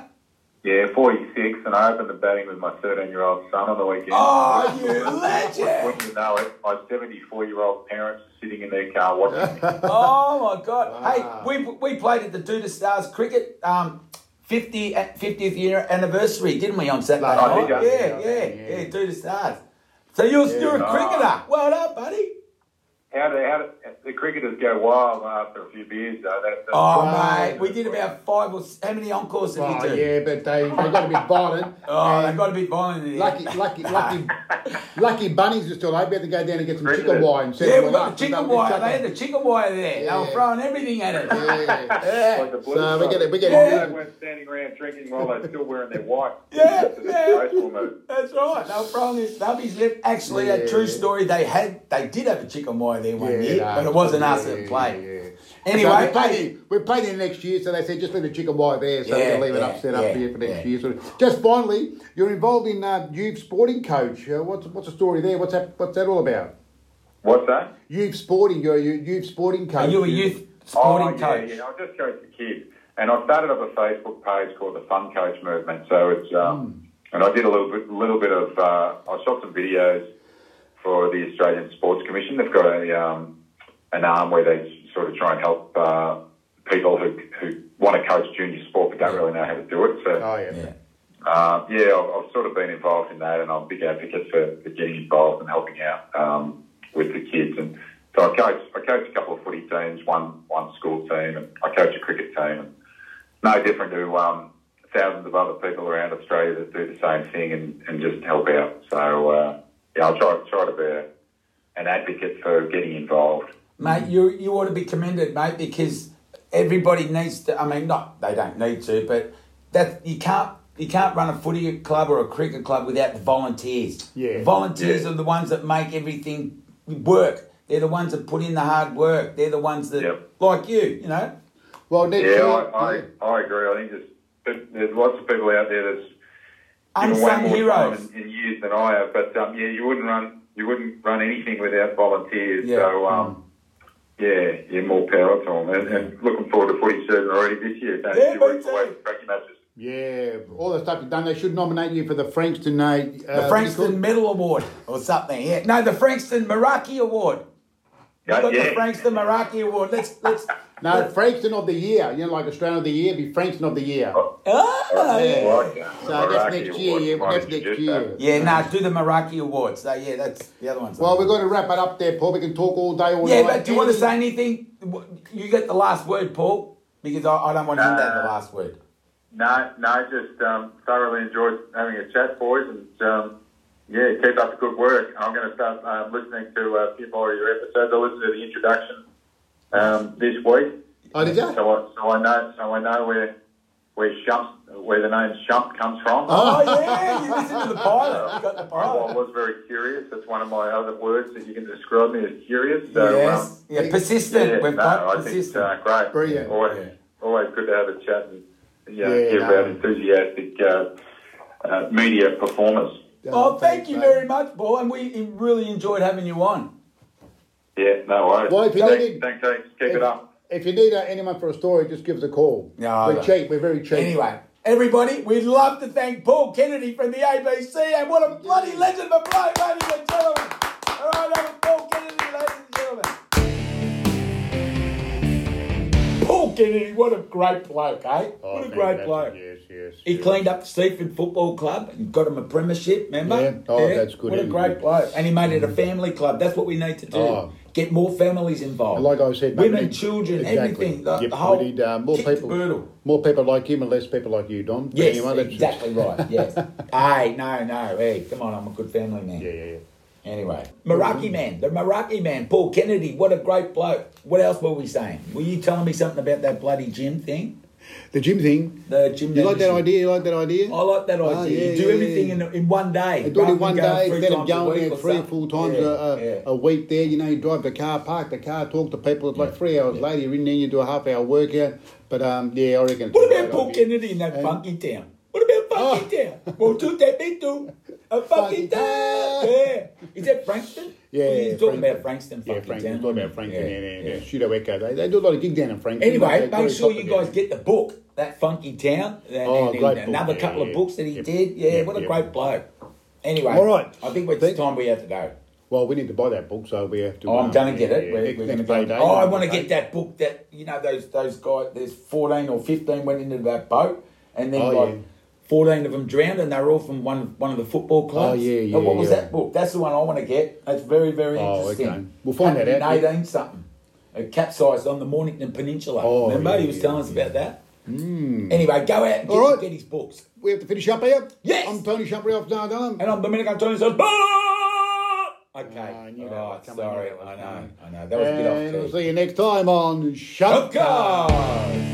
Speaker 3: Yeah, 46, and I opened the batting with my 13 year old son on the weekend.
Speaker 2: Oh, you
Speaker 3: When
Speaker 2: legend!
Speaker 3: you know it, my 74 year old parents are sitting in their car watching me.
Speaker 2: Oh my God!
Speaker 1: Wow.
Speaker 2: Hey, we, we played at the Duda Stars cricket um, 50 uh, 50th year anniversary, didn't we? On Saturday
Speaker 1: Oh,
Speaker 2: night.
Speaker 3: did ya?
Speaker 2: yeah, yeah, yeah,
Speaker 1: Yeah.
Speaker 2: Duda Stars. So you're you're a
Speaker 3: Yeah.
Speaker 2: cricketer.
Speaker 1: Ah.
Speaker 2: Well done, buddy.
Speaker 3: How do, how do the cricketers go wild after a few beers, though? That, that,
Speaker 2: Oh
Speaker 1: Wow.
Speaker 2: mate, we did about five or s- how many encores did we
Speaker 1: Oh,
Speaker 2: do?
Speaker 1: yeah, but they, they got a bit violent.
Speaker 2: Oh,
Speaker 1: and
Speaker 2: they've got to be violent. in the
Speaker 1: lucky,
Speaker 2: end.
Speaker 1: lucky, lucky, lucky bunnies are still open. We had to go down and get some
Speaker 3: Really?
Speaker 1: chicken wire and set
Speaker 2: Yeah,
Speaker 1: them
Speaker 2: we
Speaker 1: all
Speaker 2: got
Speaker 1: up.
Speaker 2: the chicken eh?
Speaker 1: Something
Speaker 2: wire.
Speaker 1: chuck
Speaker 2: They had
Speaker 1: them.
Speaker 2: the chicken wire there. They were
Speaker 1: Yeah.
Speaker 2: throwing everything at it.
Speaker 1: Yeah.
Speaker 2: Yeah.
Speaker 3: like the blues
Speaker 1: So we're getting, we're getting
Speaker 2: Yeah.
Speaker 3: They
Speaker 1: moving.
Speaker 3: weren't standing around drinking while they're still wearing their white.
Speaker 2: Yeah,
Speaker 3: It's a
Speaker 2: yeah.
Speaker 3: disgraceful move.
Speaker 2: That's right. They were throwing their stubbies lip. Actually, a
Speaker 1: Yeah.
Speaker 2: true story. They had, they did have a chicken wire there one year,
Speaker 1: no,
Speaker 2: but it wasn't
Speaker 1: yeah,
Speaker 2: us that played.
Speaker 1: yeah, yeah. so
Speaker 2: Anyway,
Speaker 1: we're playing, it- we're playing it next year, so they said just leave the chicken wire there, so
Speaker 2: Yeah,
Speaker 1: we're going to leave it
Speaker 2: yeah,
Speaker 1: up, set up
Speaker 2: yeah,
Speaker 1: here for next
Speaker 2: yeah.
Speaker 1: year. Sort of. Just finally, you're involved in uh, Youth Sporting Coach. Uh, what's what's the story there? What's that, what's that all about?
Speaker 3: What's that?
Speaker 1: Youth Sporting, you're a you- Youth Sporting Coach.
Speaker 2: are you a youth sporting
Speaker 3: oh,
Speaker 2: coach?
Speaker 3: Yeah, yeah, I just coach the kids. And I started up a Facebook page called the Fun Coach Movement. So it's, um,
Speaker 2: Hmm.
Speaker 3: and I did a little bit, little bit of, uh, I shot some videos for the Australian Sports Commission. They've got a, um, an arm where they sort of try and help, uh, people who, who want to coach junior sport but don't really know how to do it. So,
Speaker 1: Oh, yeah.
Speaker 2: Yeah.
Speaker 3: uh, yeah, I've, I've sort of been involved in that, and I'm a big advocate for, for getting involved and helping out um, with the kids. And so I coach, I coach a couple of footy teams, one one school team, and I coach a cricket team. And no different to um, thousands of other people around Australia that do the same thing and, and just help out. So uh, yeah, I'll try try to be a, an advocate for getting involved.
Speaker 2: mate. You you ought to be commended, mate, because everybody needs to. I mean, not they don't need to, but that you can't you can't run a footy club or a cricket club without the volunteers.
Speaker 1: Yeah.
Speaker 2: volunteers
Speaker 3: Yeah.
Speaker 2: are the ones that make everything work. They're the ones that put in the hard work. They're the ones that,
Speaker 3: Yep.
Speaker 2: like you, you know.
Speaker 1: Well, next
Speaker 3: Yeah,
Speaker 1: year,
Speaker 3: I, I, I agree. I think there's, but there's lots of people out there that's given way
Speaker 2: Unsung
Speaker 3: more
Speaker 2: heroes.
Speaker 3: time in, in years than I have. But um, yeah, you wouldn't run you wouldn't run anything without volunteers.
Speaker 2: Yeah. Mm.
Speaker 3: So um, yeah, yeah, more power to them. And, and looking forward to footy season already this year. Don't
Speaker 2: Yeah, me
Speaker 3: you work
Speaker 2: too.
Speaker 3: away from cracking matches.
Speaker 1: yeah, all the stuff you've done, they should nominate you for the Frankston. Uh,
Speaker 2: The Frankston Medal Award or something. Yeah. No, the Frankston Meraki Award.
Speaker 3: Yeah,
Speaker 2: We've got
Speaker 3: yeah.
Speaker 2: the Frankston Meraki Award. Let's let's.
Speaker 1: No, Frankston of the year. You know, like Australian of the year, be Frankston of the year.
Speaker 3: Oh.
Speaker 2: Ah, yeah.
Speaker 3: Like, uh,
Speaker 1: So that's
Speaker 3: Iraqi
Speaker 1: next year,
Speaker 3: watch,
Speaker 1: yeah,
Speaker 3: why
Speaker 1: that's
Speaker 3: would you
Speaker 1: next
Speaker 3: do
Speaker 1: year.
Speaker 3: that?
Speaker 2: Yeah, nah, do the Meraki Awards. So, yeah, that's the other ones.
Speaker 1: Well, we're going to wrap it up there, Paul. We can talk all day, all
Speaker 2: yeah,
Speaker 1: night.
Speaker 2: but do you want to say anything? You get the last word, Paul, because I, I don't want to end that the last word.
Speaker 3: No, no, just um, thoroughly enjoyed having a chat, boys, and um, yeah, keep up the good work. I'm going to start um, listening to uh, a few more of your episodes. I listened to the introduction um, this week,
Speaker 1: Oh, did you?
Speaker 3: so I, so I know, so I know where where Shump, where the name Shump comes from.
Speaker 2: Oh, yeah, you listen to the pilot. You got the
Speaker 3: So I
Speaker 2: pilot.
Speaker 3: was very curious. That's one of my other words that you can describe me as curious. So,
Speaker 2: Yes.
Speaker 3: um,
Speaker 2: Yeah, persistent.
Speaker 3: yeah,
Speaker 2: We've
Speaker 3: no,
Speaker 2: got
Speaker 3: I think
Speaker 2: persistent.
Speaker 3: uh, great.
Speaker 1: Brilliant.
Speaker 3: Always,
Speaker 2: Yeah.
Speaker 3: always good to have a chat and you know,
Speaker 1: Yeah,
Speaker 3: hear
Speaker 1: no.
Speaker 3: about enthusiastic uh, uh, media performers.
Speaker 2: Oh, thank you very much, Paul, and we really enjoyed having you on.
Speaker 3: Yeah, no worries.
Speaker 1: Well, if you
Speaker 3: thanks,
Speaker 1: need it-
Speaker 3: thanks, thanks. Keep
Speaker 1: If,
Speaker 3: it up.
Speaker 1: if you need uh, anyone for a story, just give us a call.
Speaker 2: No,
Speaker 1: we're
Speaker 2: no.
Speaker 1: cheap. We're very cheap.
Speaker 2: Anyway, everybody, we'd love to thank Paul Kennedy from the ABC, and what a bloody legend of a bloke, ladies and gentlemen. All right, that was Paul Kennedy, ladies and gentlemen. Paul Kennedy, what a great bloke, eh?
Speaker 1: Oh,
Speaker 2: What a
Speaker 1: fantastic.
Speaker 2: great bloke.
Speaker 1: Yes, yes.
Speaker 2: He
Speaker 1: yes.
Speaker 2: cleaned up Seaford Football Club and got him a premiership, remember?
Speaker 1: Yeah. Oh, that's good,
Speaker 2: What a
Speaker 1: isn't
Speaker 2: great
Speaker 1: it?
Speaker 2: bloke. And he made it a family club. That's what we need to do.
Speaker 1: Oh.
Speaker 2: Get more families involved.
Speaker 1: And like I said, mate,
Speaker 2: women,
Speaker 1: we need-
Speaker 2: children,
Speaker 1: exactly.
Speaker 2: everything. The,
Speaker 1: Yep,
Speaker 2: the whole
Speaker 1: we need uh, more
Speaker 2: kick the
Speaker 1: people,
Speaker 2: Girdle.
Speaker 1: more people like him, and less people like you, Don. But
Speaker 2: Yes,
Speaker 1: anyway, let's-
Speaker 2: exactly right. Yes. hey, no, no. Hey, come on. I'm a good family man.
Speaker 1: Yeah, yeah, yeah.
Speaker 2: Anyway, Meraki man, the Meraki man, Paul Kennedy. What a great bloke. What else were we saying? Were you telling me something about that bloody gym thing?
Speaker 1: The gym thing.
Speaker 2: The gym.
Speaker 1: You like that
Speaker 2: membership?
Speaker 1: idea? You like that idea?
Speaker 2: I like that idea.
Speaker 1: Ah,
Speaker 2: you
Speaker 1: yeah,
Speaker 2: do
Speaker 1: yeah,
Speaker 2: everything
Speaker 1: yeah.
Speaker 2: in, in one day.
Speaker 1: I do it
Speaker 2: rather
Speaker 1: in
Speaker 2: than
Speaker 1: one
Speaker 2: going
Speaker 1: day
Speaker 2: three
Speaker 1: instead of
Speaker 2: times a
Speaker 1: going
Speaker 2: week
Speaker 1: there three or
Speaker 2: something.
Speaker 1: four times
Speaker 2: Yeah,
Speaker 1: a, a,
Speaker 2: yeah.
Speaker 1: a week there. You know, you drive the car, park the car, talk to people. It's like three hours later. You're in there, you do a half hour workout. But um, yeah, I reckon. it's
Speaker 2: What
Speaker 1: a
Speaker 2: about
Speaker 1: great
Speaker 2: Paul
Speaker 1: idea.
Speaker 2: Kennedy in that funky town? What about funky town? Well, two that big two. A funky
Speaker 1: Ah. Funky
Speaker 2: town.
Speaker 1: town.
Speaker 2: Yeah. Is that Frankston?
Speaker 1: Yeah,
Speaker 2: He's
Speaker 1: yeah,
Speaker 2: talking
Speaker 1: Frankston.
Speaker 2: about Frankston.
Speaker 1: Yeah,
Speaker 2: funky
Speaker 1: Franklin.
Speaker 2: town.
Speaker 1: Talking about Franklin. Yeah, yeah, yeah.
Speaker 2: yeah.
Speaker 1: Pseudo Echo. They, they do a lot of gig down in Franklin.
Speaker 2: Anyway,
Speaker 1: They- they
Speaker 2: make
Speaker 1: do
Speaker 2: sure
Speaker 1: top
Speaker 2: you
Speaker 1: of
Speaker 2: guys
Speaker 1: it.
Speaker 2: get the book, that funky town, and,
Speaker 1: Oh,
Speaker 2: and-
Speaker 1: great
Speaker 2: and
Speaker 1: book.
Speaker 2: another
Speaker 1: Yeah,
Speaker 2: couple
Speaker 1: yeah,
Speaker 2: of books that he
Speaker 1: yep.
Speaker 2: did. Yeah,
Speaker 1: Yep,
Speaker 2: what a
Speaker 1: yep.
Speaker 2: great bloke. Anyway,
Speaker 1: All right.
Speaker 2: I think it's
Speaker 1: Thank-
Speaker 2: time we have to go.
Speaker 1: Well, we need to buy that book, so we have to.
Speaker 2: Oh, I'm
Speaker 1: um,
Speaker 2: going to get
Speaker 1: yeah,
Speaker 2: it.
Speaker 1: yeah,
Speaker 2: We're,
Speaker 1: next-
Speaker 2: we're
Speaker 1: next
Speaker 2: gonna
Speaker 1: payday.
Speaker 2: go. Oh, I want to
Speaker 1: Payday.
Speaker 2: get that book that you know those those guys. There's 14 or 15 went into that boat, and then
Speaker 1: Oh,
Speaker 2: like
Speaker 1: yeah.
Speaker 2: 14 of them drowned, and they were all from one one of the football clubs.
Speaker 1: yeah, Oh, yeah,
Speaker 2: And what was
Speaker 1: yeah.
Speaker 2: that book? That's the one I want to get. That's very very
Speaker 1: Oh,
Speaker 2: interesting.
Speaker 1: okay. We'll find that out.
Speaker 2: 118 something. It capsized on the Mornington Peninsula.
Speaker 1: Oh,
Speaker 2: Remember
Speaker 1: yeah,
Speaker 2: he was
Speaker 1: yeah, Hmm.
Speaker 2: telling us about that. Anyway, go out and get,
Speaker 1: All right.
Speaker 2: get his books.
Speaker 1: We have to finish up here.
Speaker 2: Yes.
Speaker 1: I'm Tony Shumpery off now, Don.
Speaker 2: And I'm Dominic Antonio says, "Bah!" Okay.
Speaker 1: Ah, I knew that
Speaker 2: All
Speaker 1: was
Speaker 2: right,
Speaker 1: coming.
Speaker 2: sorry.
Speaker 1: That was
Speaker 2: I know.
Speaker 1: coming.
Speaker 2: I know. That was a bit off.
Speaker 1: And we'll see you next time on Shut
Speaker 2: Of course.